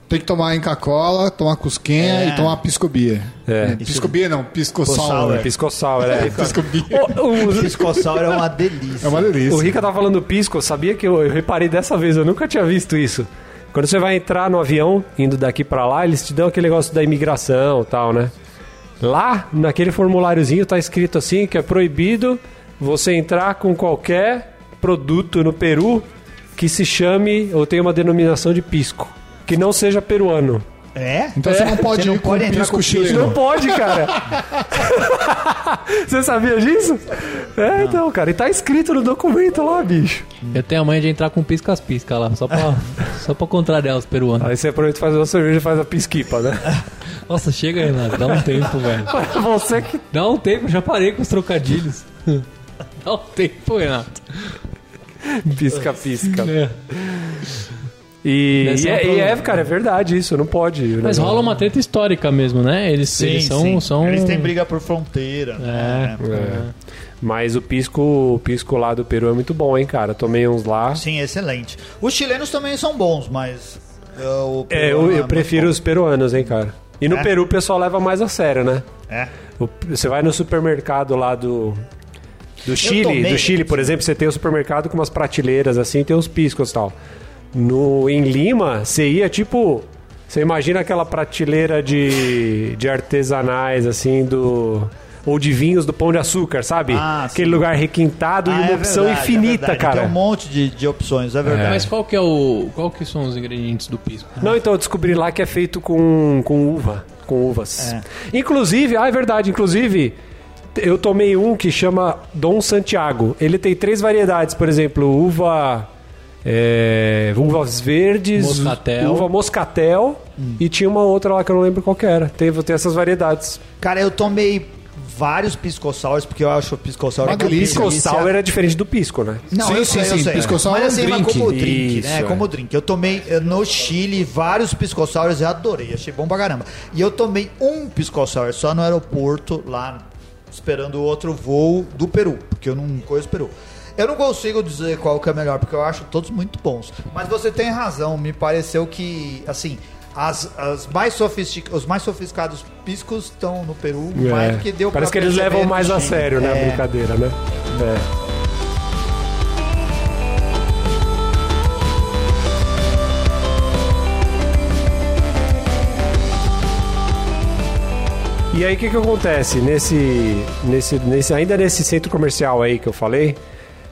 S4: Tem que tomar Inca Cola, tomar Cusquinha
S2: É.
S4: e tomar Pisco Beer.
S1: É.
S4: Pisco Beer não, Pisco
S2: Pisco
S4: Sour.
S2: Sour.
S1: Piscossal, né?
S4: É. Pisco Beer.
S1: Ô, o-
S2: Piscossauro é uma
S4: É
S2: delícia.
S4: uma delícia.
S1: O Rica tava falando pisco, sabia que eu, eu reparei dessa vez, eu nunca tinha visto isso. Quando você vai entrar no avião, indo daqui pra lá, eles te dão aquele negócio da imigração e tal, né? Lá, naquele formuláriozinho, tá escrito assim que é proibido você entrar com qualquer produto no Peru que se chame ou tenha uma denominação de pisco, que não seja peruano.
S2: É?
S4: Então você não pode
S2: Você não
S4: ir com
S2: pode entrar
S4: Pisco
S2: com
S1: Não
S4: chileno.
S1: pode, cara. você sabia disso? É, então, cara. E tá escrito no documento lá, bicho.
S3: Eu tenho a mãe de entrar com piscas-pisca lá, só pra, só pra contrariar os peruanos.
S1: Aí você aproveita e faz uma cerveja e faz a pisquipa, né?
S3: Nossa, chega, Renato, dá um tempo, velho.
S1: Você que.
S3: Dá um tempo, já parei com os trocadilhos. Dá um tempo, Renato.
S1: Pisca-pisca. E,
S3: Deve ser
S1: e
S3: um
S1: é, e é,
S3: problema.
S1: cara, é verdade isso, não pode. né?
S3: Mas
S1: Não-
S3: rola uma treta histórica mesmo, né? Eles, eles são, são. É,
S2: Eles têm briga por fronteira. né?
S1: É. Mas o pisco, o pisco lá do Peru é muito bom, hein, cara. Tomei uns lá.
S2: Sim, excelente. Os chilenos também são bons, mas... uh, o
S1: É,
S2: peruano
S1: eu, eu
S2: muito
S1: prefiro os peruanos, hein, cara. E no
S2: É?
S1: Peru o pessoal leva mais a sério, né?
S2: bom. É.
S1: O- Você vai no supermercado lá do. Do Chile,
S2: tomei.
S1: do Chile, por exemplo, você tem um supermercado com umas prateleiras assim, tem uns piscos e tal. No, em Lima, você ia tipo. Você imagina aquela prateleira de, de artesanais, assim, do. Ou de vinhos do Pão de Açúcar, sabe?
S2: Ah, sim.
S1: Aquele lugar requintado e
S2: Ah,
S1: uma
S2: é
S1: opção
S2: verdade, é
S1: infinita,
S2: verdade.
S1: cara.
S2: Tem um monte de, de opções, é verdade.
S3: Mas qual que é o. Qual que são os ingredientes do pisco?
S1: Não, então eu descobri lá que é feito com, com uva, com uvas.
S2: É.
S1: Inclusive, ah, é verdade, inclusive, t- eu tomei um que chama Dom Santiago. Ele tem três variedades, por exemplo, uva. é, uvas verdes,
S3: Moscatel.
S1: uva moscatel e tinha uma outra lá que eu não lembro qual que era. Tem, tem essas variedades.
S2: Cara, eu tomei vários piscossauros, porque eu acho o piscossauro...
S4: Uma
S2: aquela
S4: delícia.
S1: Pisco sour era diferente do pisco, né?
S2: Não,
S4: Sim,
S2: eu
S4: sim,
S2: sei, eu
S4: sim.
S2: sei.
S4: Pisco-sour
S2: mas
S4: é um
S2: assim, mas
S4: drink.
S2: como drink, né?
S1: Isso,
S2: Como
S1: é.
S2: drink. Eu tomei eh, no Chile vários piscossauros, eu adorei, achei bom pra caramba. E eu tomei um piscossauro só no aeroporto, lá esperando o outro voo do Peru, porque eu não conheço o Peru. Eu não consigo dizer qual que é melhor, porque eu acho todos muito bons. Mas você tem razão, me pareceu que, assim, as, as mais sofistic... os mais sofisticados piscos estão no Peru, mais
S1: É.
S2: do que deu
S1: Parece que
S2: pra
S1: eles
S2: perceber
S1: levam
S2: no
S1: mais a
S2: Chile.
S1: sério, né? A
S2: É.
S1: brincadeira, né? É. E aí o que, que acontece? Nesse, nesse, nesse, ainda nesse centro comercial aí que eu falei,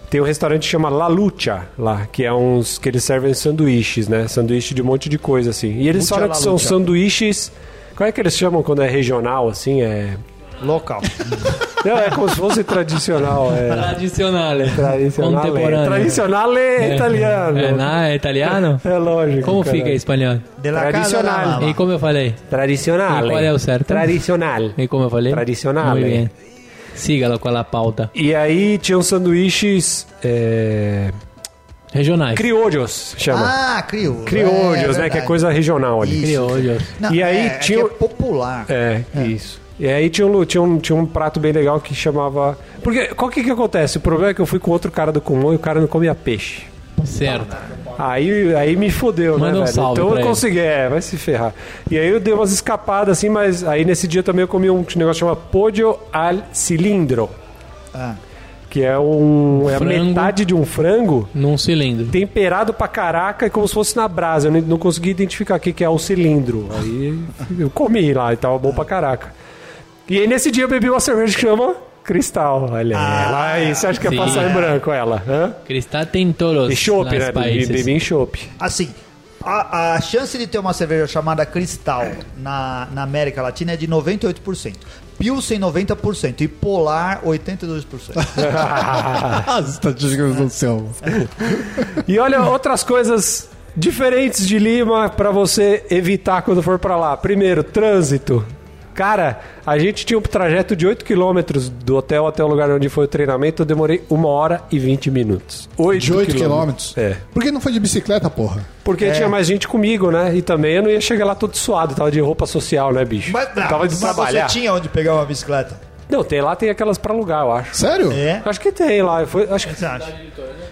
S1: tem um restaurante que chama La Lucha lá, que é uns que eles servem sanduíches, né? Sanduíche de um monte de coisa assim. E eles
S2: Lucha
S1: falam
S2: La
S1: que são
S2: Lucha.
S1: sanduíches. Qual é que eles chamam quando é regional assim? É
S2: Local.
S1: não, é como se fosse tradicional. É.
S3: Tradicional.
S1: Tradicional.
S3: Contemporâneo.
S1: Tradicional é italiano.
S3: É, não, é italiano?
S1: É lógico.
S3: Como
S1: cara. Ah,
S3: fica em espanhol?
S2: De la casa da
S1: Tradicional.
S2: mama.
S3: E como eu falei?
S1: Tradicional.
S3: E qual é o certo?
S1: Tradicional.
S3: E como eu falei?
S1: Tradicional,
S3: Muito
S1: hein?
S3: bem. Siga-la com a pauta.
S1: E aí tinham sanduíches. É...
S3: Regionais.
S1: Criollos chama.
S2: Ah, crioulo.
S1: Criollos, né? Que é
S2: verdade.
S1: coisa regional ali.
S2: Isso.
S3: Criollos.
S2: Não,
S1: E aí
S2: é, é que
S1: tinha-
S2: é popular.
S1: É, isso. E aí tinha um, lu- tinha, um, tinha um prato bem legal que chamava. Porque qual que que acontece? O problema é que eu fui com outro cara do Kumon e o cara não comia peixe.
S3: Certo.
S1: Aí, aí me fodeu, né,
S3: Manda um
S1: velho?
S3: salve
S1: então
S3: pra
S1: eu
S3: ele.
S1: consegui, é, vai se ferrar. E aí eu dei umas escapadas assim, mas aí nesse dia também eu comi um negócio que chama podio al cilindro,
S2: Ah.
S1: que é um é a
S3: Frango.
S1: metade de um frango
S3: Num cilindro.
S1: temperado pra caraca e como se fosse na brasa. Eu não, não consegui identificar o que, que é o cilindro. Aí eu comi lá e tava bom pra caraca. E aí nesse dia eu bebi uma cerveja que chama Cristal. Olha ela. Aí você acha que
S3: sim.
S1: é passar em branco ela? Hã?
S3: Cristal tem todos.
S1: E chopp,
S3: las
S1: né? Bebi
S3: países.
S1: bebi em chopp.
S2: Assim, a, a chance de ter uma cerveja chamada Cristal na, na América Latina é de 98%. Pilsen 90% e Polar 82%. Ah.
S4: As estatísticas tá do céu.
S1: E olha outras coisas diferentes de Lima pra você evitar quando for pra lá. Primeiro, trânsito. Cara, a gente tinha um trajeto de 8 quilômetros do hotel até o lugar onde foi o treinamento. Eu demorei 1 hora e 20 minutos. 8
S4: De 8 quilômetros?
S1: É.
S4: Por que não foi de bicicleta, porra?
S1: Porque
S2: É.
S1: tinha mais gente comigo, né? E também eu não ia chegar lá todo suado. Tava de roupa social, né, bicho?
S2: mas, não,
S1: tava de
S2: mas
S1: trabalhar.
S2: você tinha onde pegar uma bicicleta?
S1: Não, tem lá, tem aquelas pra alugar, eu acho.
S4: Sério?
S2: É?
S1: Acho que tem lá. eu fui- acho que
S2: Você acha?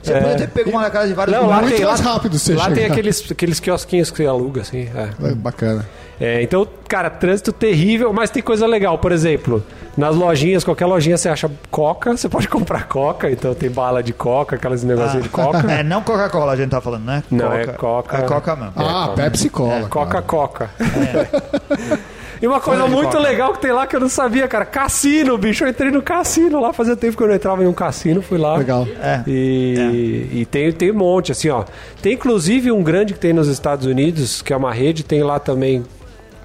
S2: Você podia ter pego uma na casa de vários
S1: É. Não, lá
S4: Muito
S1: tem,
S4: mais
S1: lá,
S4: rápido você
S1: lá
S4: chegar.
S1: tem aqueles, aqueles quiosquinhos que você aluga, assim. É.
S4: É, Bacana.
S1: É, então, cara, trânsito terrível, mas tem coisa legal. Por exemplo, nas lojinhas, qualquer lojinha você acha coca, você pode comprar coca, então tem bala de coca, aquelas negocinhos
S4: Ah.
S1: de coca.
S2: É, não Coca-Cola a gente tá falando, né?
S1: Não, é Coca.
S2: É Coca mesmo.
S4: ah,
S1: claro.
S4: Pepsi Cola. cara.
S1: Coca-coca. E uma coisa
S2: Cola de
S1: muito
S2: coca.
S1: legal que tem lá que eu não sabia, cara. Cassino, bicho. Eu entrei no cassino lá, fazia tempo que eu não entrava em um cassino, fui lá.
S4: Legal.
S2: É.
S1: E, e tem, tem um monte, assim, ó. Tem inclusive um grande que tem nos Estados Unidos, que é uma rede, tem lá também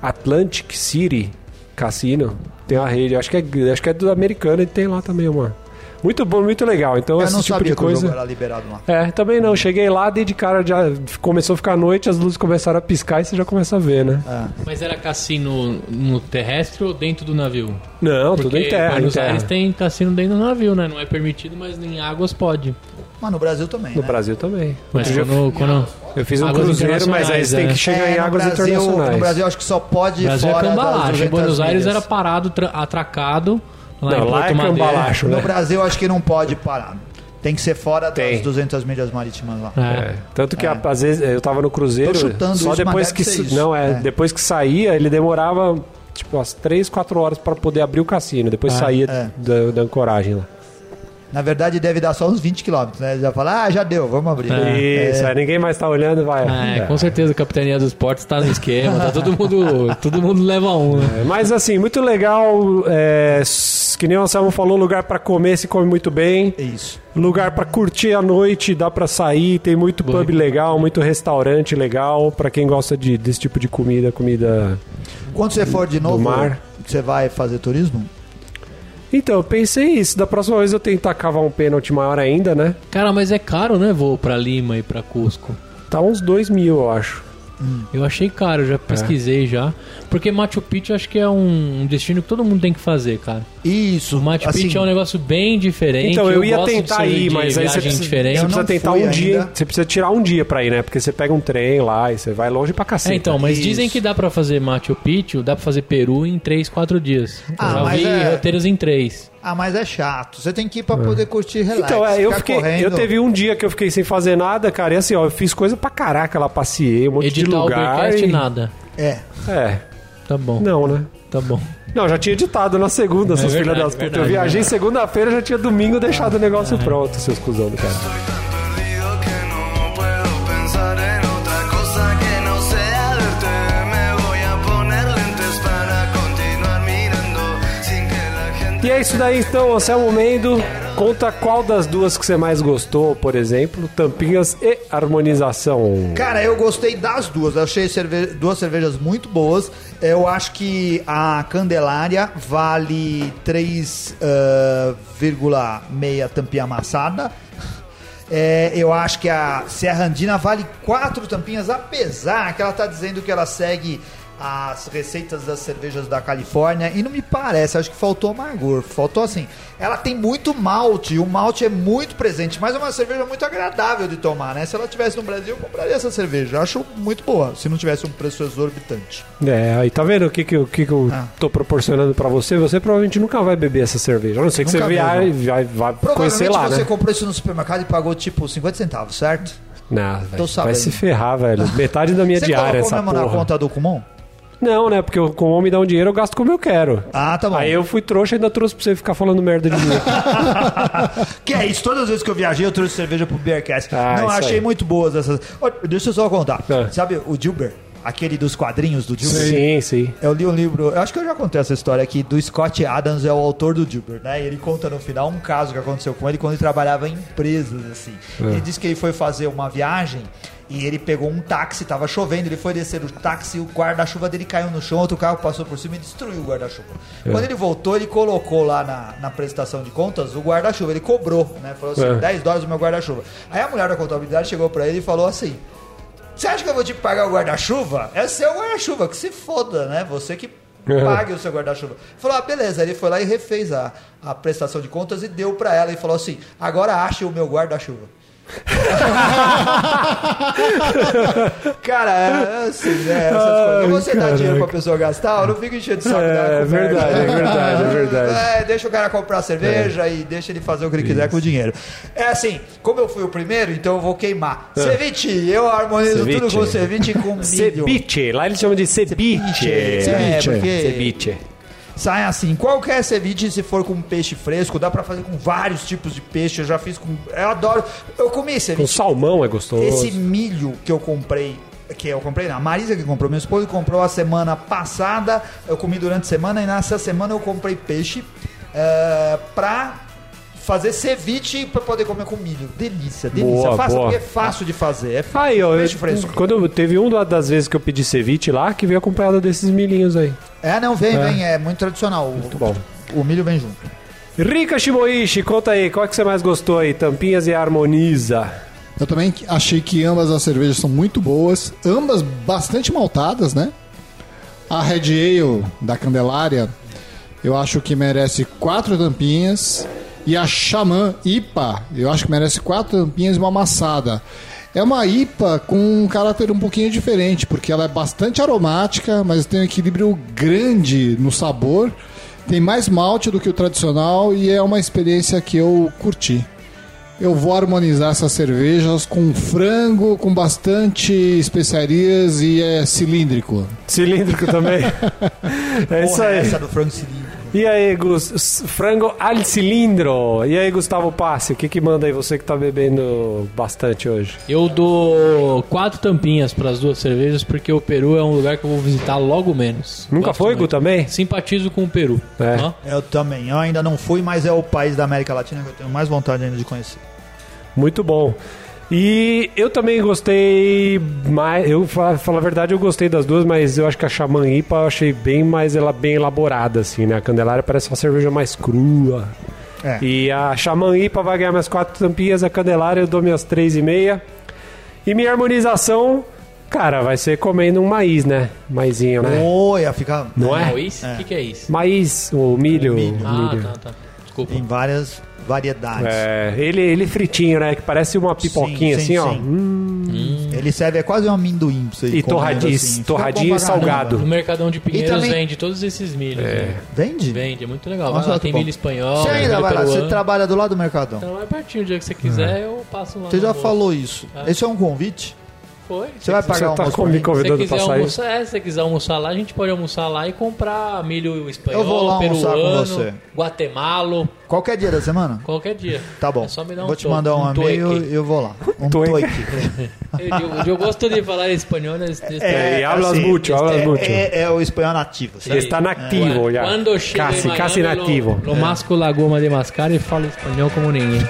S1: Atlantic City Cassino. Tem uma rede, acho que é, acho que é do americano e tem lá também uma. Muito bom, muito legal. Então,
S2: Eu
S1: esse
S2: não
S1: tipo
S2: sabia
S1: de
S2: que o jogo
S1: coisa.
S2: era liberado lá.
S1: É, também não. Cheguei lá, dei de cara, já começou a ficar noite, as luzes começaram a piscar e você já começa a ver, né?
S3: Mas era cassino no terrestre ou dentro do navio?
S1: Não, tudo em terra,
S3: Buenos
S1: em terra.
S3: Aires tem cassino dentro do navio, né? Não é permitido, mas em águas pode.
S2: Mas no Brasil também,
S1: No
S2: né?
S1: Brasil também.
S3: Mas
S1: Outro dia
S3: quando, quando...
S1: É. Eu fiz um
S3: Águas
S1: cruzeiro, mas aí
S3: internacionais,
S1: você tem
S3: é.
S1: que chegar
S2: É,
S1: em
S2: no
S1: águas
S2: Brasil-
S1: internacionais.
S2: No Brasil acho que só pode ir
S3: Brasil é
S2: fora das
S3: cambalacho. Em
S2: 200
S3: Buenos Aires
S2: milhas.
S3: era parado, tra- atracado. Lá
S1: não,
S3: em
S1: lá é
S3: Porto Madeira.
S1: cambalacho,
S2: No
S1: né?
S2: Brasil acho que não pode parar. Tem que ser fora
S1: Tem.
S2: das 200 milhas marítimas lá.
S1: É. Tanto que a- às vezes eu tava no cruzeiro,
S2: Tô chutando
S1: só
S2: isso, mas
S1: depois
S2: deve
S1: que
S2: ser
S1: sa-
S2: isso.
S1: não é,
S2: É.
S1: depois que saía, ele demorava tipo umas 3, 4 horas pra poder abrir o cassino, depois saía
S2: é.
S1: da, da ancoragem lá.
S2: Na verdade, deve dar só uns 20 quilômetros, né? Já fala, ah, é. já deu, vamos abrir.
S1: Isso, aí ninguém mais tá olhando, vai.
S3: É,
S1: É.
S3: com certeza a capitania dos portos tá no esquema, tá todo mundo, todo mundo leva um, né?
S1: Mas assim, muito legal, é, s- que nem o Anselmo falou, lugar pra comer se come muito bem.
S2: É Isso.
S1: Lugar pra curtir a noite, dá pra sair, tem muito pub legal, muito restaurante legal, pra quem gosta de- desse tipo de comida, comida.
S2: Quando você for de novo,
S1: mar.
S2: você vai fazer turismo?
S1: Então, eu pensei isso, da próxima vez eu tentar cavar um pênalti maior ainda, né?
S3: Cara, mas é caro, né, voo pra Lima e pra Cusco?
S1: Tá uns dois mil, eu acho.
S3: Eu achei caro,
S2: É.
S3: já pesquisei já. Porque Machu Picchu eu acho que é um destino que todo mundo tem que fazer, cara.
S2: Isso.
S3: O Machu
S2: assim,
S3: Picchu é um negócio bem diferente.
S1: Então, eu, ia
S3: gosto de
S1: tentar
S3: saber
S1: ir,
S3: de
S1: mas aí você
S3: viagem
S1: precisa,
S3: diferente.
S1: você
S2: Eu
S1: precisa
S2: não
S1: tentar
S2: fui
S1: um dia,
S2: ainda.
S1: você precisa tirar um dia pra ir, né? Porque você pega um trem lá e você vai longe pra cacete.
S3: É, então, mas
S2: Isso.
S3: dizem que dá pra fazer Machu Picchu, dá pra fazer Peru em 3, 4 dias.
S2: Ah,
S3: eu já
S2: mas
S3: vi
S2: é-
S3: roteiros em 3.
S2: Ah, mas é chato. Você tem que ir pra poder curtir relax.
S1: É. Então, é, eu
S2: ficar
S1: fiquei.
S2: correndo.
S1: Eu teve um dia que eu fiquei sem fazer nada, cara, e assim, ó, eu fiz coisa pra caraca lá, passeei, um monte de
S3: Editar o
S1: lugar.
S3: Ubercast,
S1: e-
S3: nada.
S2: É.
S1: É,
S3: Tá bom,
S1: não, né?
S3: tá bom.
S1: Não, já tinha editado na segunda, seus filhos
S3: É verdade,
S1: das putas. Eu
S3: verdade, Ah.
S1: viajei segunda-feira, já tinha domingo deixado o negócio pronto, seus cuzão do cara.
S5: Soy tan perdido que no puedo pensar en otra cosa que no sea verte. Me voy a poner lentes para continuar mirando sin que la gente.
S1: E é isso daí então, Anselmo Mendo. Conta qual das duas que você mais gostou, por exemplo, tampinhas e harmonização.
S2: Cara, eu gostei das duas. Eu achei cerve- duas cervejas muito boas. Eu acho que a Candelária vale 3,6 tampinha amassada. É, eu acho que a Serra Andina vale 4 tampinhas, apesar que ela tá dizendo que ela segue as receitas das cervejas da Califórnia e não me parece, acho que faltou amargor. Faltou assim, ela tem muito malte, o malte é muito presente, mas é uma cerveja muito agradável de tomar, né? Se ela tivesse no Brasil, eu compraria essa cerveja. Eu acho muito boa, se não tivesse um preço exorbitante.
S1: É, aí tá vendo o que, que, eu- o que, que eu
S2: Ah.
S1: tô proporcionando pra você? Você provavelmente nunca vai beber essa cerveja. A não ser que
S2: Nunca
S1: você viaje, vai, vai
S2: Provavelmente
S1: conhecer lá,
S2: você
S1: né?
S2: comprou isso no supermercado e pagou tipo 50 centavos, certo?
S1: Não, velho, vai
S2: sabendo.
S1: se ferrar, velho. Metade da minha
S2: você
S1: diária é
S2: colocou
S1: essa
S2: mesmo
S1: porra.
S2: na conta do Kumon?
S1: Não, né? Porque eu, com o homem dá um dinheiro, eu gasto como eu quero.
S2: Ah, tá bom.
S1: Aí eu fui trouxa e ainda trouxe pra você ficar falando merda de mim. aqui.
S2: Que é isso, todas as vezes que eu viajei eu trouxe cerveja pro Beercast.
S1: Ah,
S2: não,
S1: isso
S2: achei
S1: aí.
S2: muito boas essas. Ó, Deixa eu só contar.
S1: Ah.
S2: Sabe o Dilber? Aquele dos quadrinhos do Dilber?
S1: sim, sim.
S2: Eu li um livro, eu acho que eu já contei essa história aqui, do Scott Adams, é o autor do Dilbert, né? E ele conta no final um caso que aconteceu com ele quando ele trabalhava em empresas, assim. Ele disse que ele foi fazer uma viagem e ele pegou um táxi, tava chovendo, ele foi descer o táxi, o guarda-chuva dele caiu no chão, outro carro passou por cima e destruiu o guarda-chuva. Quando ele voltou, ele colocou lá na, na prestação de contas o guarda-chuva, ele cobrou, né? Falou assim,
S1: É.
S2: 10 dólares o meu guarda-chuva. Aí a mulher da contabilidade chegou pra ele e falou assim, você acha que eu vou te pagar o guarda-chuva? É seu guarda-chuva, que se foda, né? Você que
S1: É.
S2: pague o seu guarda-chuva. Falou, ah, beleza. Ele foi lá e refez a, a prestação de contas e deu pra ela e falou assim: agora ache o meu guarda-chuva. cara, é assim, né? Essas coisas. Ou você dá
S1: caraca.
S2: dinheiro pra pessoa gastar, eu não fico enchendo de saco dela
S1: É
S2: com merda.
S1: verdade, é verdade, é verdade.
S2: É, deixa o cara comprar cerveja e deixa ele fazer o que ele quiser com o dinheiro. É assim, como eu fui o primeiro, então eu vou queimar. Ceviche, eu harmonizo tudo
S1: Ceviche.
S2: com ceviche e com milho.
S1: Cebiche. Lá eles chamam de
S2: É,
S1: cebiche.
S2: porque
S1: Cebiche.
S2: sai assim, qualquer ceviche, se for com peixe fresco, dá pra fazer com vários tipos de peixe. Eu já fiz com. Eu adoro. Eu comi
S1: Com
S2: ceviche.
S1: salmão é gostoso.
S2: Esse milho que eu comprei, que eu comprei, não, a Marisa que comprou, meu esposo comprou a semana passada, eu comi durante a semana e nessa semana eu comprei peixe eh, pra fazer ceviche pra poder comer com milho. Delícia, delícia.
S1: Boa,
S2: Faça,
S1: boa.
S2: porque é fácil de fazer. É fácil.
S1: Aí, ó,
S2: Peixe
S1: eu-
S2: fresco.
S1: quando eu, teve um da- das vezes que eu pedi ceviche lá, que veio acompanhado desses milhinhos aí.
S2: É, não, vem, vem, é muito tradicional. Muito
S1: bom.
S2: O milho vem junto.
S1: Rica Shimoishi, conta aí, qual é que você mais gostou aí? Tampinhas e harmoniza.
S4: Eu também achei que ambas as cervejas são muito boas, ambas bastante maltadas, né? A Red Ale da Candelária, eu acho que merece quatro tampinhas. E a Xamã IPA, eu acho que merece quatro tampinhas e uma amassada. É uma IPA com um caráter um pouquinho diferente, porque ela é bastante aromática, mas tem um equilíbrio grande no sabor. Tem mais malte do que o tradicional e é uma experiência que eu curti. Eu vou harmonizar essas cervejas com frango, com bastante especiarias e é cilíndrico.
S1: Cilíndrico também. é isso
S2: Porra,
S1: aí.
S2: Essa do frango cilindro.
S1: E aí, Gus, s- frango al cilindro. E aí, Gustavo Passe, o que que manda aí você que tá bebendo bastante hoje?
S3: Eu dou quatro tampinhas para as duas cervejas, porque o Peru é um lugar que eu vou visitar logo menos.
S1: Nunca
S3: Gosto
S1: foi,
S3: muito.
S1: Gu, também?
S3: Simpatizo com o Peru.
S1: É.
S3: Ó.
S2: Eu também. Eu ainda não fui, mas é o país da América Latina que eu tenho mais vontade ainda de conhecer.
S1: Muito bom. E eu também gostei mais. Eu fa- falar a verdade, eu gostei das duas, mas eu acho que a Xamã IPA eu achei bem mais ela bem elaborada, assim, né? A Candelária parece uma cerveja mais crua.
S2: É.
S1: E a Xamã IPA vai ganhar minhas quatro tampinhas, a Candelária eu dou minhas três e meia. E minha harmonização, cara, vai ser comendo um maíz, né? Maizinho, né?
S2: Oi, ia ficar
S1: Não
S3: Ah, o
S1: é?
S3: isso? O que, que é isso?
S1: Maíz, o milho.
S2: Milho.
S1: o
S3: Ah,
S1: milho.
S3: tá, tá. Desculpa.
S2: em várias variedades.
S1: É, ele, ele fritinho, né? Que parece uma pipoquinha
S2: sim,
S1: assim, ó.
S2: sim.
S1: Hum,
S2: Ele serve é quase um amendoim pra você
S1: E
S2: ir comendo,
S1: torradinho-
S2: Fica bom pra
S1: torradinho e
S2: caramba.
S1: salgado.
S3: No Mercadão de Pinheiros
S2: também-
S3: vende todos esses milhos. né?
S2: Vende?
S3: Vende, é muito legal.
S2: Nossa,
S3: Vai lá,
S2: muito
S3: tem
S2: bom.
S3: milho espanhol,
S2: Você ainda
S3: milho
S2: vai lá, você
S3: peruano.
S2: trabalha do lado do Mercadão.
S3: Então é pertinho, o dia que você quiser, eu passo lá.
S2: Você
S3: no
S2: já
S3: almoço.
S2: falou isso.
S3: Ah.
S2: Esse é um convite?
S3: Foi.
S2: Você vai
S1: Você
S2: pagar
S1: tá
S2: um
S1: com- me
S3: Se você
S1: convidando pra
S3: quiser
S1: sair?
S3: almoçar, é, se você quiser almoçar lá, a gente pode almoçar lá e comprar milho espanhol,
S2: Eu vou lá almoçar com
S3: peruano,
S2: você.
S3: guatemalo,
S2: Qualquer dia da semana?
S3: qualquer dia.
S2: Tá bom.
S3: É só me dar um
S2: vou te
S3: toque,
S2: mandar um,
S3: toque.
S2: e-mail e eu vou lá. Um
S1: Toque.
S2: toque.
S3: Eu, eu gosto de falar espanhol. nesse- nesse-
S1: É, e hablas
S2: assim,
S1: mucho, hablas
S2: é,
S1: mucho.
S2: É, é o espanhol nativo.
S1: Ele está nativo já.
S3: Quando chega
S1: casi,
S3: em
S1: casi
S3: Miami,
S1: nativo. É.
S3: Lo, lo masco la goma de mascar e falo espanhol como ninguém.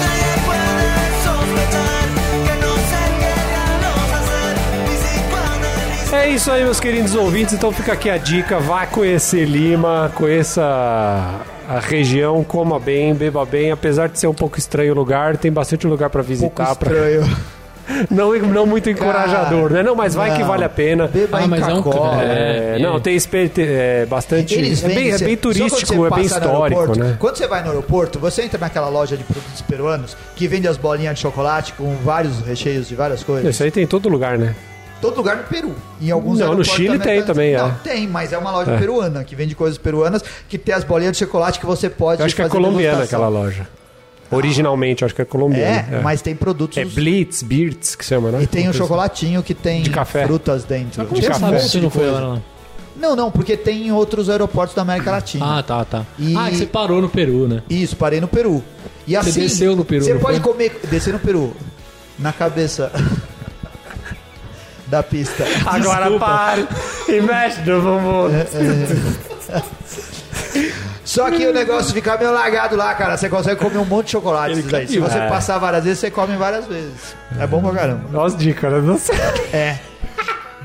S6: Nadie puede sospechar que no se llegamos a ser ni psicoanalistas.
S1: É isso aí, meus queridos ouvintes. Então fica aqui a dica: vá conhecer Lima, conheça a região, coma bem, beba bem. Apesar de ser um pouco estranho o lugar, tem bastante lugar pra
S2: Um pouco
S1: visitar. pra-
S2: estranho.
S1: Não, não muito encorajador, né? Não, mas vai que
S2: não.
S1: vale a pena.
S2: Beba
S3: Ah,
S2: em
S3: mas é um-
S2: Cacola.
S1: É,
S3: É,
S1: não,
S3: e-
S1: tem espe- te- é, bastante.
S2: Eles
S1: é, bem,
S2: vendem-
S1: é bem
S2: só quando você
S1: turístico, é bem
S2: passa no
S1: histórico,
S2: aeroporto,
S1: né?
S2: Quando você vai no aeroporto, você entra naquela loja de produtos peruanos que vende as bolinhas de chocolate com vários recheios de várias coisas.
S1: Isso aí tem em todo lugar, né?
S2: Todo lugar no Peru. Em alguns
S1: Não, no
S2: aeroportos
S1: Chile tem também,
S2: Não,
S1: é.
S2: tem, mas é uma loja
S1: É.
S2: peruana que vende coisas peruanas que tem as bolinhas de chocolate que você pode
S1: Eu acho que é
S2: fazer
S1: colombiana
S2: degustação.
S1: aquela loja. Originalmente, eu acho que é colombiana.
S2: Ah. É, mas tem produtos...
S1: É Blitz, Beards, que chama, né?
S2: E tem
S1: Uma
S2: um
S1: coisa-
S2: chocolatinho que tem
S1: De café.
S2: frutas dentro. um
S3: Como
S1: De
S3: você
S1: café.
S3: sabe se você não foi lá? não?
S2: Não, não, porque tem em outros aeroportos da América Latina.
S3: Ah, tá, tá.
S2: E-
S3: Ah, que você parou no Peru, né?
S2: Isso, parei no Peru. E assim,
S3: desceu no Peru,
S2: Você
S3: não
S2: pode
S3: foi?
S2: comer. Descer no Peru. Na cabeça. da pista. É,
S1: Agora para e mexe no bumbum.
S2: Só que o negócio fica meio lagado lá, cara. Você consegue comer um monte de chocolate disso daí. Se você
S1: É.
S2: passar várias vezes, você come várias vezes. É bom pra caramba.
S1: Nossa, dica, né? Não sei
S2: É.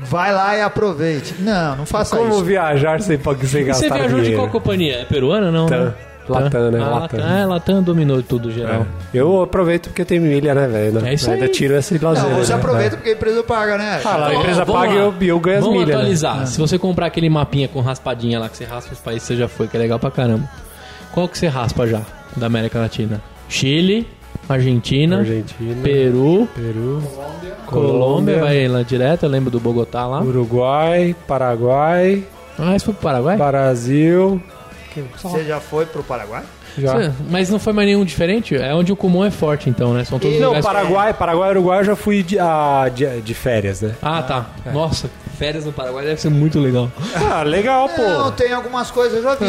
S2: Vai lá e aproveite. Não, não faça
S1: como
S2: isso.
S1: viajar sem, pa- sem
S3: E
S1: gastar
S3: você viajou de
S1: dinheiro.
S3: qual companhia? É peruana ou não?
S1: Latam.
S3: né?
S1: Latam, né?
S3: Ah,
S1: Latam. É.
S3: Latam. É, Latam dominou tudo geral.
S1: Eu aproveito porque tem milha, né, velho?
S3: É isso aí.
S1: Ainda tiro esse lazer.
S2: Não, você
S1: né?
S2: aproveita porque a empresa paga, né?
S1: Ah, lá, a
S3: Ó,
S1: empresa
S3: vamos
S1: paga e
S3: lá.
S1: eu, e eu ganho as
S3: Vamos
S1: milhas. né?
S3: atualizar. Se você comprar aquele mapinha com raspadinha lá, que você raspa os países que você já foi, que é legal pra caramba. Qual que você raspa já da América Latina? Chile, Argentina,
S1: Argentina,
S3: Peru,
S1: Peru,
S3: Colômbia, vai lá direto, eu lembro do Bogotá lá.
S1: Uruguai, Paraguai,
S3: Ah, isso foi pro Paraguai?
S1: Brasil.
S2: Você já foi pro Paraguai?
S1: Já.
S3: Cê- Mas não foi mais nenhum diferente? É onde o Kumon é forte, então, né? São todos
S1: Não,
S3: lugares...
S1: Paraguai, Paraguai, Uruguai eu já fui de, ah, de, de férias, né?
S3: Ah, tá. Nossa, férias no Paraguai deve ser muito legal.
S1: Ah, legal, pô.
S2: Não, tem algumas coisas, eu já vi.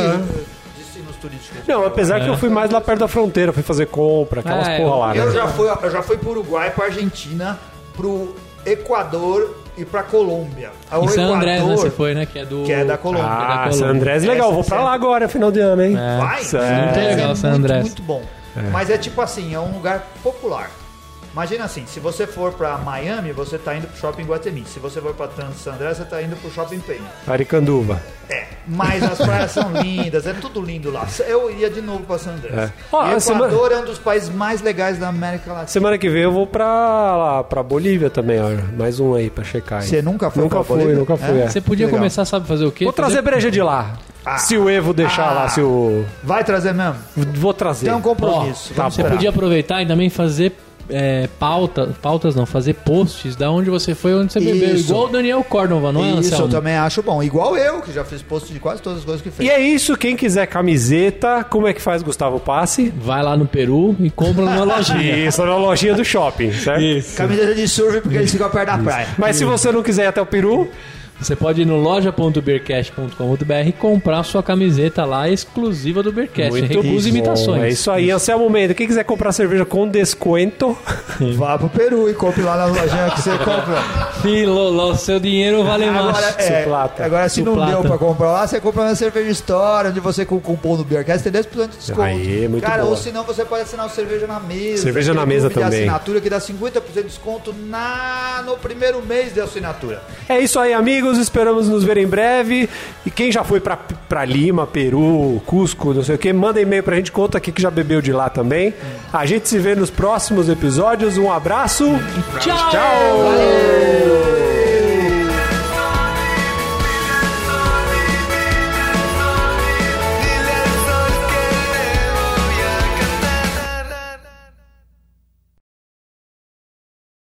S2: Destinos turísticos.
S1: Não, apesar que eu fui mais lá perto da fronteira, fui fazer compra, aquelas
S3: É,
S1: porra lá,
S2: Eu
S1: né?
S2: já fui, eu já fui pro Uruguai, pra Argentina, pro Equador e pra Colômbia. É O
S3: Em San
S2: Equador,
S3: Andrés, né? Você foi, né? Que é do...
S2: Que é da Colômbia.
S1: Ah,
S3: da
S1: San
S3: Colômbia.
S1: Andrés, legal, vou pra lá agora, final de ano, hein?
S3: É.
S2: Vai?
S1: Isso é-
S2: San Andrés
S3: Legal, San
S2: muito,
S3: Andrés.
S2: muito bom. Mas é tipo assim, é um lugar popular. Imagina assim, se você for pra Miami, você tá indo pro Shopping Guatemi. Se você for pra Trans San Andrés, você tá indo pro Shopping Penha.
S1: Aricanduva.
S2: É, mas as praias são lindas, é tudo lindo lá. Eu iria de novo pra San Andrés.
S1: É. Ó,
S2: E
S1: a
S2: Equador
S1: semana-
S2: é um dos países mais legais da América Latina.
S1: Semana que vem eu vou pra, lá, pra Bolívia também, ó. Mais um aí pra checar. Aí.
S2: Você nunca foi
S1: Nunca
S2: pra
S1: fui,
S2: Bolívia?
S1: nunca fui. é.
S3: Você podia
S2: Legal.
S3: começar, sabe, fazer o quê?
S1: Vou trazer
S3: Fazer-
S1: breja de lá.
S2: Ah.
S1: Se o Evo deixar
S2: Ah.
S1: lá, se o.
S2: Vai trazer mesmo?
S1: Vou trazer.
S2: Tem um compromisso.
S1: Ó, tá bom.
S2: Vamos
S3: Você
S2: esperar.
S3: podia aproveitar e também fazer é, pauta, pautas não, fazer posts da onde você foi, onde você bebeu.
S2: Isso.
S3: Igual o Daniel Cordova, não é,
S2: Isso tá
S3: Anselmo?
S2: eu também acho bom. Igual eu, que já fiz post de quase todas as coisas que fez.
S1: E é isso, quem quiser camiseta, como é que faz Gustavo Passe?
S3: Vai lá no Peru e compra numa lojinha.
S1: Isso, na lojinha do shopping, certo?
S2: Camiseta de surf porque eles ficam perto da praia.
S1: Mas se você não quiser ir até o Peru,
S3: Você pode ir no loja.beercast.com.br e comprar sua camiseta lá exclusiva do Beercast. Recuse imitações.
S1: É isso aí, Anselmo Mendes. Quem quiser comprar cerveja com desconto,
S2: Vá pro Peru e compre lá na lojinha que você compra.
S3: Filoló, seu dinheiro vale
S2: Agora,
S3: mais.
S2: é,
S1: Suplata.
S2: agora se não
S3: Suplata.
S2: deu pra comprar lá, você compra na Cerveja Store, onde você com o cupom do Beercast tem 10% de desconto.
S1: Aí, muito
S2: Cara,
S1: boa.
S2: ou senão você pode assinar o Cerveja na Mesa.
S1: Cerveja na
S2: aquele
S1: Mesa
S2: clube de
S1: também.
S2: assinatura que dá 50% de desconto na, no primeiro mês de assinatura.
S1: É isso aí, amigos. Esperamos nos ver em breve. E quem já foi pra, pra Lima, Peru, Cusco, não sei o que, manda e-mail pra gente, conta aqui que já bebeu de lá também. A gente se vê nos próximos episódios. Um abraço.
S3: Tchau.
S1: Valeu.